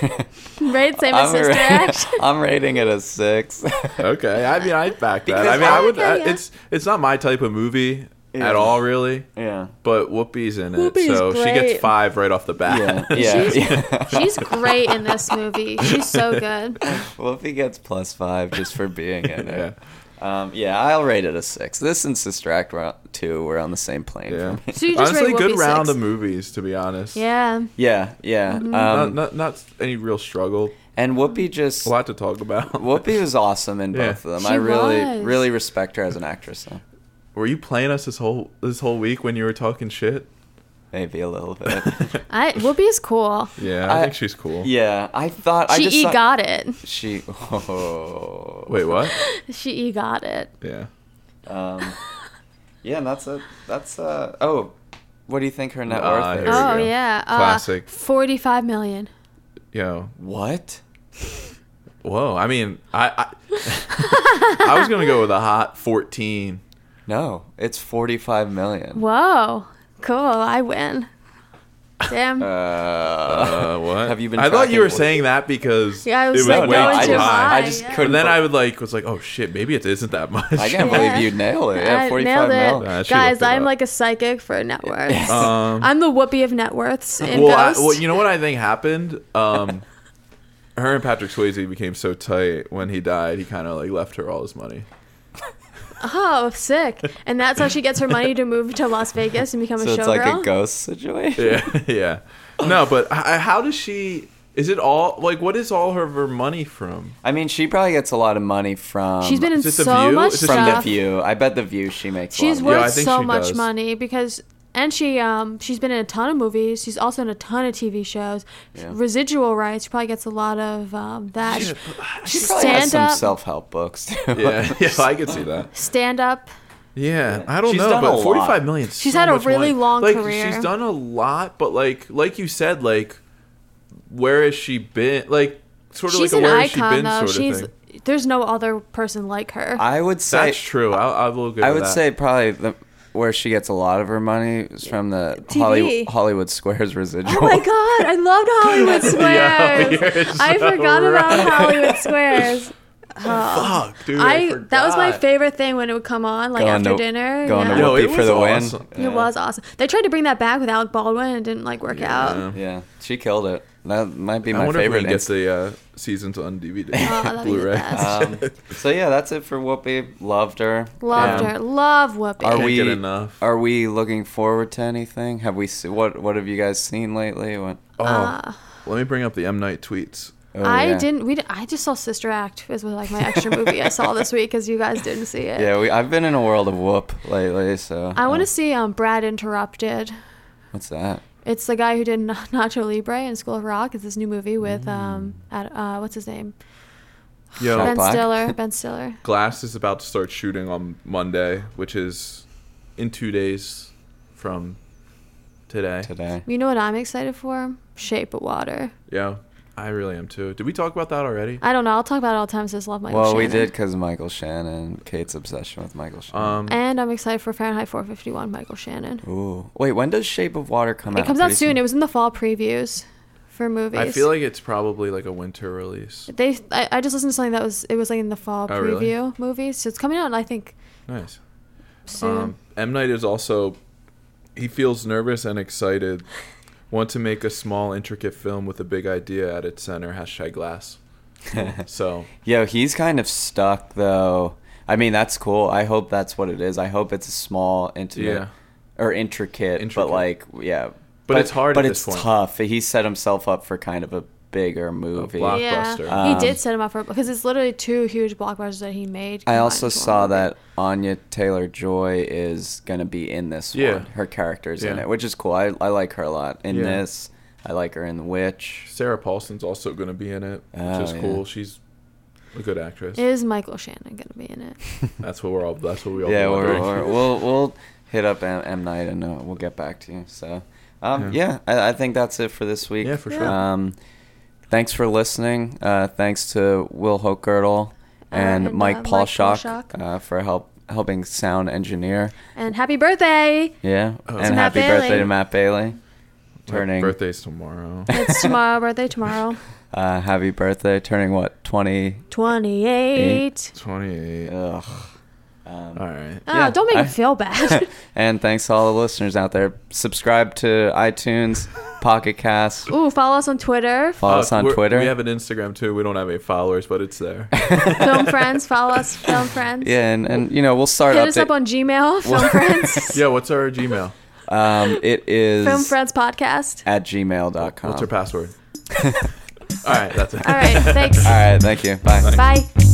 B: right. Same as
A: I'm,
B: Sister Act.
A: ra-
B: [LAUGHS]
C: [LAUGHS]
A: [LAUGHS] I'm rating it a six.
C: okay. I mean, I'd back that.
A: Because
C: I mean, I would.
B: Yeah,
C: I,
B: yeah.
C: It's it's not my type of movie
A: Yeah.
C: at all, really.
A: [LAUGHS] yeah.
C: But Whoopi's in it,
B: Whoopi's
C: so she gets
B: great.
C: five right off the
A: Yeah,
C: bat.
A: yeah.
B: She's- She's great in this movie. She's so good.
A: Well, if he gets plus five just for being
C: [LAUGHS]
A: in
C: yeah.
A: it, um, yeah, I'll rate it a six. This and Sister Act were on, two were on the same plane.
C: Yeah.
A: For me.
B: So you just
C: Honestly,
B: rate
C: good
B: Whoopi
C: round
B: six.
C: of movies, to be honest.
B: Yeah. Mm-hmm.
A: Yeah, yeah. Um,
C: not, not not any real struggle.
A: And Whoopi just
C: A lot to talk
A: [LAUGHS]
C: about.
A: Whoopi was awesome in
C: Yeah.
A: both of them.
B: She
A: I really
B: was.
A: really respect her as an actress. Though.
C: [LAUGHS] Were you playing us this whole this whole week when you were talking shit?
A: Maybe a little
C: [LAUGHS]
A: bit.
B: [LAUGHS] I Whoopi is cool.
C: Yeah, I,
A: I-
C: think she's cool.
A: yeah, I thought I
B: She
A: just
B: e
A: thought-
B: got it.
A: she. [LAUGHS] Oh,
C: Wait,
B: [LAUGHS]
C: what?
B: She e got it.
C: Yeah.
A: Um, yeah, and that's a that's a oh. What do you think her net
C: Ah,
A: worth
C: here
A: is?
C: we
B: Oh
C: go.
B: yeah, uh,
C: Classic.
B: Forty-five million.
C: Yo.
A: What?
C: Whoa. I mean, I I,
B: [LAUGHS]
C: [LAUGHS] I was gonna go with a hot fourteen.
A: No, it's forty-five million.
B: Whoa, cool! I win. Damn.
A: Uh, [LAUGHS]
C: Uh, what?
A: Have you been?
C: I thought you
A: tracking-
C: were saying that because
B: Yeah, I was
C: it
B: like,
C: was
A: no,
C: way
A: it's
C: too
A: your
C: high.
A: mind, I just yeah.
C: But
A: couldn't
C: then
A: put-
C: I would like was like, oh shit, maybe it isn't that [LAUGHS] much.
A: I can't
B: Yeah.
A: believe you nailed it. Yeah,
B: I
A: forty-five
B: nailed
A: million.
B: it,
C: Nah, she
B: guys.
C: looked it
B: I'm
C: up.
B: like a psychic for net worths.
C: Um,
B: I'm the whoopee of net worths in
C: well, I,
B: Ghost.
C: well, you know what I think happened. Um, [LAUGHS] her and Patrick Swayze became so tight when he died. He kind of like left her all his money. [LAUGHS]
B: oh, sick! And that's how she gets her money to move to Las Vegas and become
A: So
B: a
A: it's like
B: showgirl.
A: a ghost situation.
C: Yeah, yeah. No, but I, I- how does she? Is it all like what is all of her money from?
A: I mean, she probably gets a lot of money from
B: She's been in
C: Is this a
B: so
C: view?
B: much
C: Is this a
A: from the
B: stuff.
A: view. I bet the view she makes. a
B: She's
A: lot of
C: Yeah, I
B: worth
C: think
B: so
C: she
B: much
C: does.
B: money because, and she um she's been in a ton of movies. She's also in a ton of TV shows.
A: Yeah.
B: Residual rights she probably gets a lot of um, that.
C: Shit,
A: She probably has
B: stand
A: some
B: up,
A: self-help books too.
C: Yeah, [LAUGHS]
A: [LAUGHS]
C: yeah, I could see that.
B: stand up.
C: Yeah, I don't
A: She's
C: know,
A: done a
C: but
A: lot.
C: forty-five million. is
B: She's
C: so
B: had a
C: much
B: really
C: money.
B: long
C: like,
B: career.
C: She's done a lot, but like, like you said, like, where has she been? Like, sort of
B: She's
C: like a
B: an
C: where has she
B: icon
C: been
B: though.
C: sort
B: she's
C: of thing.
B: there's no other person like her.
A: I would say
C: That's true. I'll, I will go.
A: I
C: with
A: would
C: that.
A: say probably the, where she gets a lot of her money is from the
B: TV.
A: Holly, Hollywood Squares [LAUGHS] residual.
B: Oh my god, I loved
C: [LAUGHS]
B: Hollywood Squares.
C: you're so
B: I forgot about
C: right.
B: Hollywood Squares.
C: Fuck, dude. I,
B: Um, I that was my
C: forgot.
B: favorite thing when it would come on, like
A: Going
B: after
A: to-
B: dinner.
A: Going
B: yeah.
A: to
C: Yo,
A: Whoopi
C: it
A: for
C: was
A: the
C: awesome.
A: win.
B: It was awesome. They tried to bring that back with Alec Baldwin and it didn't like work out.
A: Yeah, she killed it. That might be
C: I
A: my
C: wonder if we
A: favorite.
C: can get
A: inst-
C: the uh, seasons on DVD,
B: that'd
C: [LAUGHS]
B: be the
C: Blu-ray.
B: best.
A: um,
C: [LAUGHS]
A: so yeah, that's it for Whoopi. Loved her.
B: Loved
A: Um,
B: her. Love Whoopi.
A: Are
C: Can't
A: we
C: get enough.
A: Are we looking forward to anything? Have we se- what What have you guys seen lately? What?
C: Oh,
B: Uh,
C: let me bring up the M Night tweets.
A: oh,
B: I
A: yeah.
B: didn't. We. di- I just saw Sister Act. Is was like my extra movie I saw this week because you guys didn't see it.
A: Yeah, we, I've been in a world of whoop lately. So
B: I want
A: uh,
B: to see um Brad Interrupted.
A: What's that?
B: It's the guy who did Na- Nacho Libre and School of Rock. It's this new movie with
A: Mm.
B: um at, uh what's his name
C: Yo,
A: Shut
B: Ben
A: up. Black?
B: Stiller. Ben Stiller.
C: Glass is about to start shooting on Monday, which is in two days from today.
A: Today.
B: You know what I'm excited for? Shape of Water.
C: Yeah, I really am too. Did we talk about that already?
B: I don't know. I'll talk about it all the time since Love Michael
A: well, we
B: Shannon.
A: did because Michael Shannon, Kate's obsession with Michael Shannon.
C: Um,
B: And I'm excited for Fahrenheit 451. Michael Shannon.
A: Ooh, wait, when does Shape of Water come out?
B: It comes out
A: Pretty
B: soon. It was in the fall previews for movies.
C: I feel like it's probably like a winter release.
B: they. I, I just listened to something that was. It was like in the fall
C: Oh,
B: preview
C: really?
B: movies. So it's coming out. I think
C: Nice.
B: soon.
C: Um, M Night is also he feels nervous and excited. Want to make a small, intricate film with a big idea at its center. Hashtag Glass. [LAUGHS] so
A: Yo, he's kind of stuck though. I mean, that's cool. I hope that's what it is. I hope it's a small, intimate,
C: Yeah.
A: or intricate,
C: Intricate.
A: but like, yeah.
C: But it's hard
A: But
C: at
A: it's
C: this point.
A: tough. He set himself up for kind of a bigger movie.
C: block- blockbuster.
B: Yeah,
A: Um,
B: he did set him up for because it's literally two huge blockbusters that he made.
A: I
B: combined
A: also
B: into one
A: saw
B: movie.
A: that Anya Taylor Joy is gonna be in this
C: Yeah.
A: one. Her character's in
C: Yeah.
A: it, which is cool. I, I like her a lot in
C: Yeah.
A: this. I like her in The Witch.
C: Sarah Paulson's also going to be in it, which
A: Oh,
C: is
A: yeah.
C: cool. She's a good actress.
B: Is Michael Shannon gonna be in it?
C: That's what we're all. That's what we all.
A: yeah,
C: were
A: we're,
C: wondering.
A: we're- we'll we'll hit up M, M Night and uh, we'll get back to you. So, um, yeah, I, I think that's it for this week.
C: Yeah, for sure.
B: Yeah.
A: Um, thanks for listening. Uh, thanks to Will Hochgirdle and,
B: Uh, and,
A: Mike
B: uh, Mike
A: Paulshock
B: Paulshock.
A: uh, for help helping sound engineer.
B: And happy birthday!
A: Yeah,
C: Oh.
A: and
B: To Matt
A: happy birthday
B: Bailey.
A: to Matt Bailey.
C: My
A: Turning [LAUGHS]
C: birthday's tomorrow.
B: It's tomorrow. [LAUGHS] birthday tomorrow.
A: uh, happy birthday, turning what twenty?
B: Twenty-eight.
C: Twenty-eight.
A: Ugh. Um,
C: all right.
B: Oh,
A: Yeah,
B: don't make
A: I-
B: me feel bad.
A: [LAUGHS] and thanks to all the listeners out there. Subscribe to iTunes, Pocket Cast.
B: Ooh, follow us on Twitter.
A: Follow us
C: Uh,
A: on
C: we're-
A: Twitter.
C: We have an Instagram too. We don't have any followers, but
A: [LAUGHS]
C: it's there.
B: Film friends. Follow us. Film friends.
A: Yeah, and, and you know we'll start
B: Hit us
A: update-
B: up
A: [LAUGHS]
B: on Gmail. Film friends.
C: yeah. What's our Gmail?
A: um, it is
B: Film friends podcast.
A: [LAUGHS] at gmail.com. [LAUGHS]
C: What's our password?
D: All right, that's it.
B: All right, thanks.
C: All right. Thank you. Bye.
B: Bye.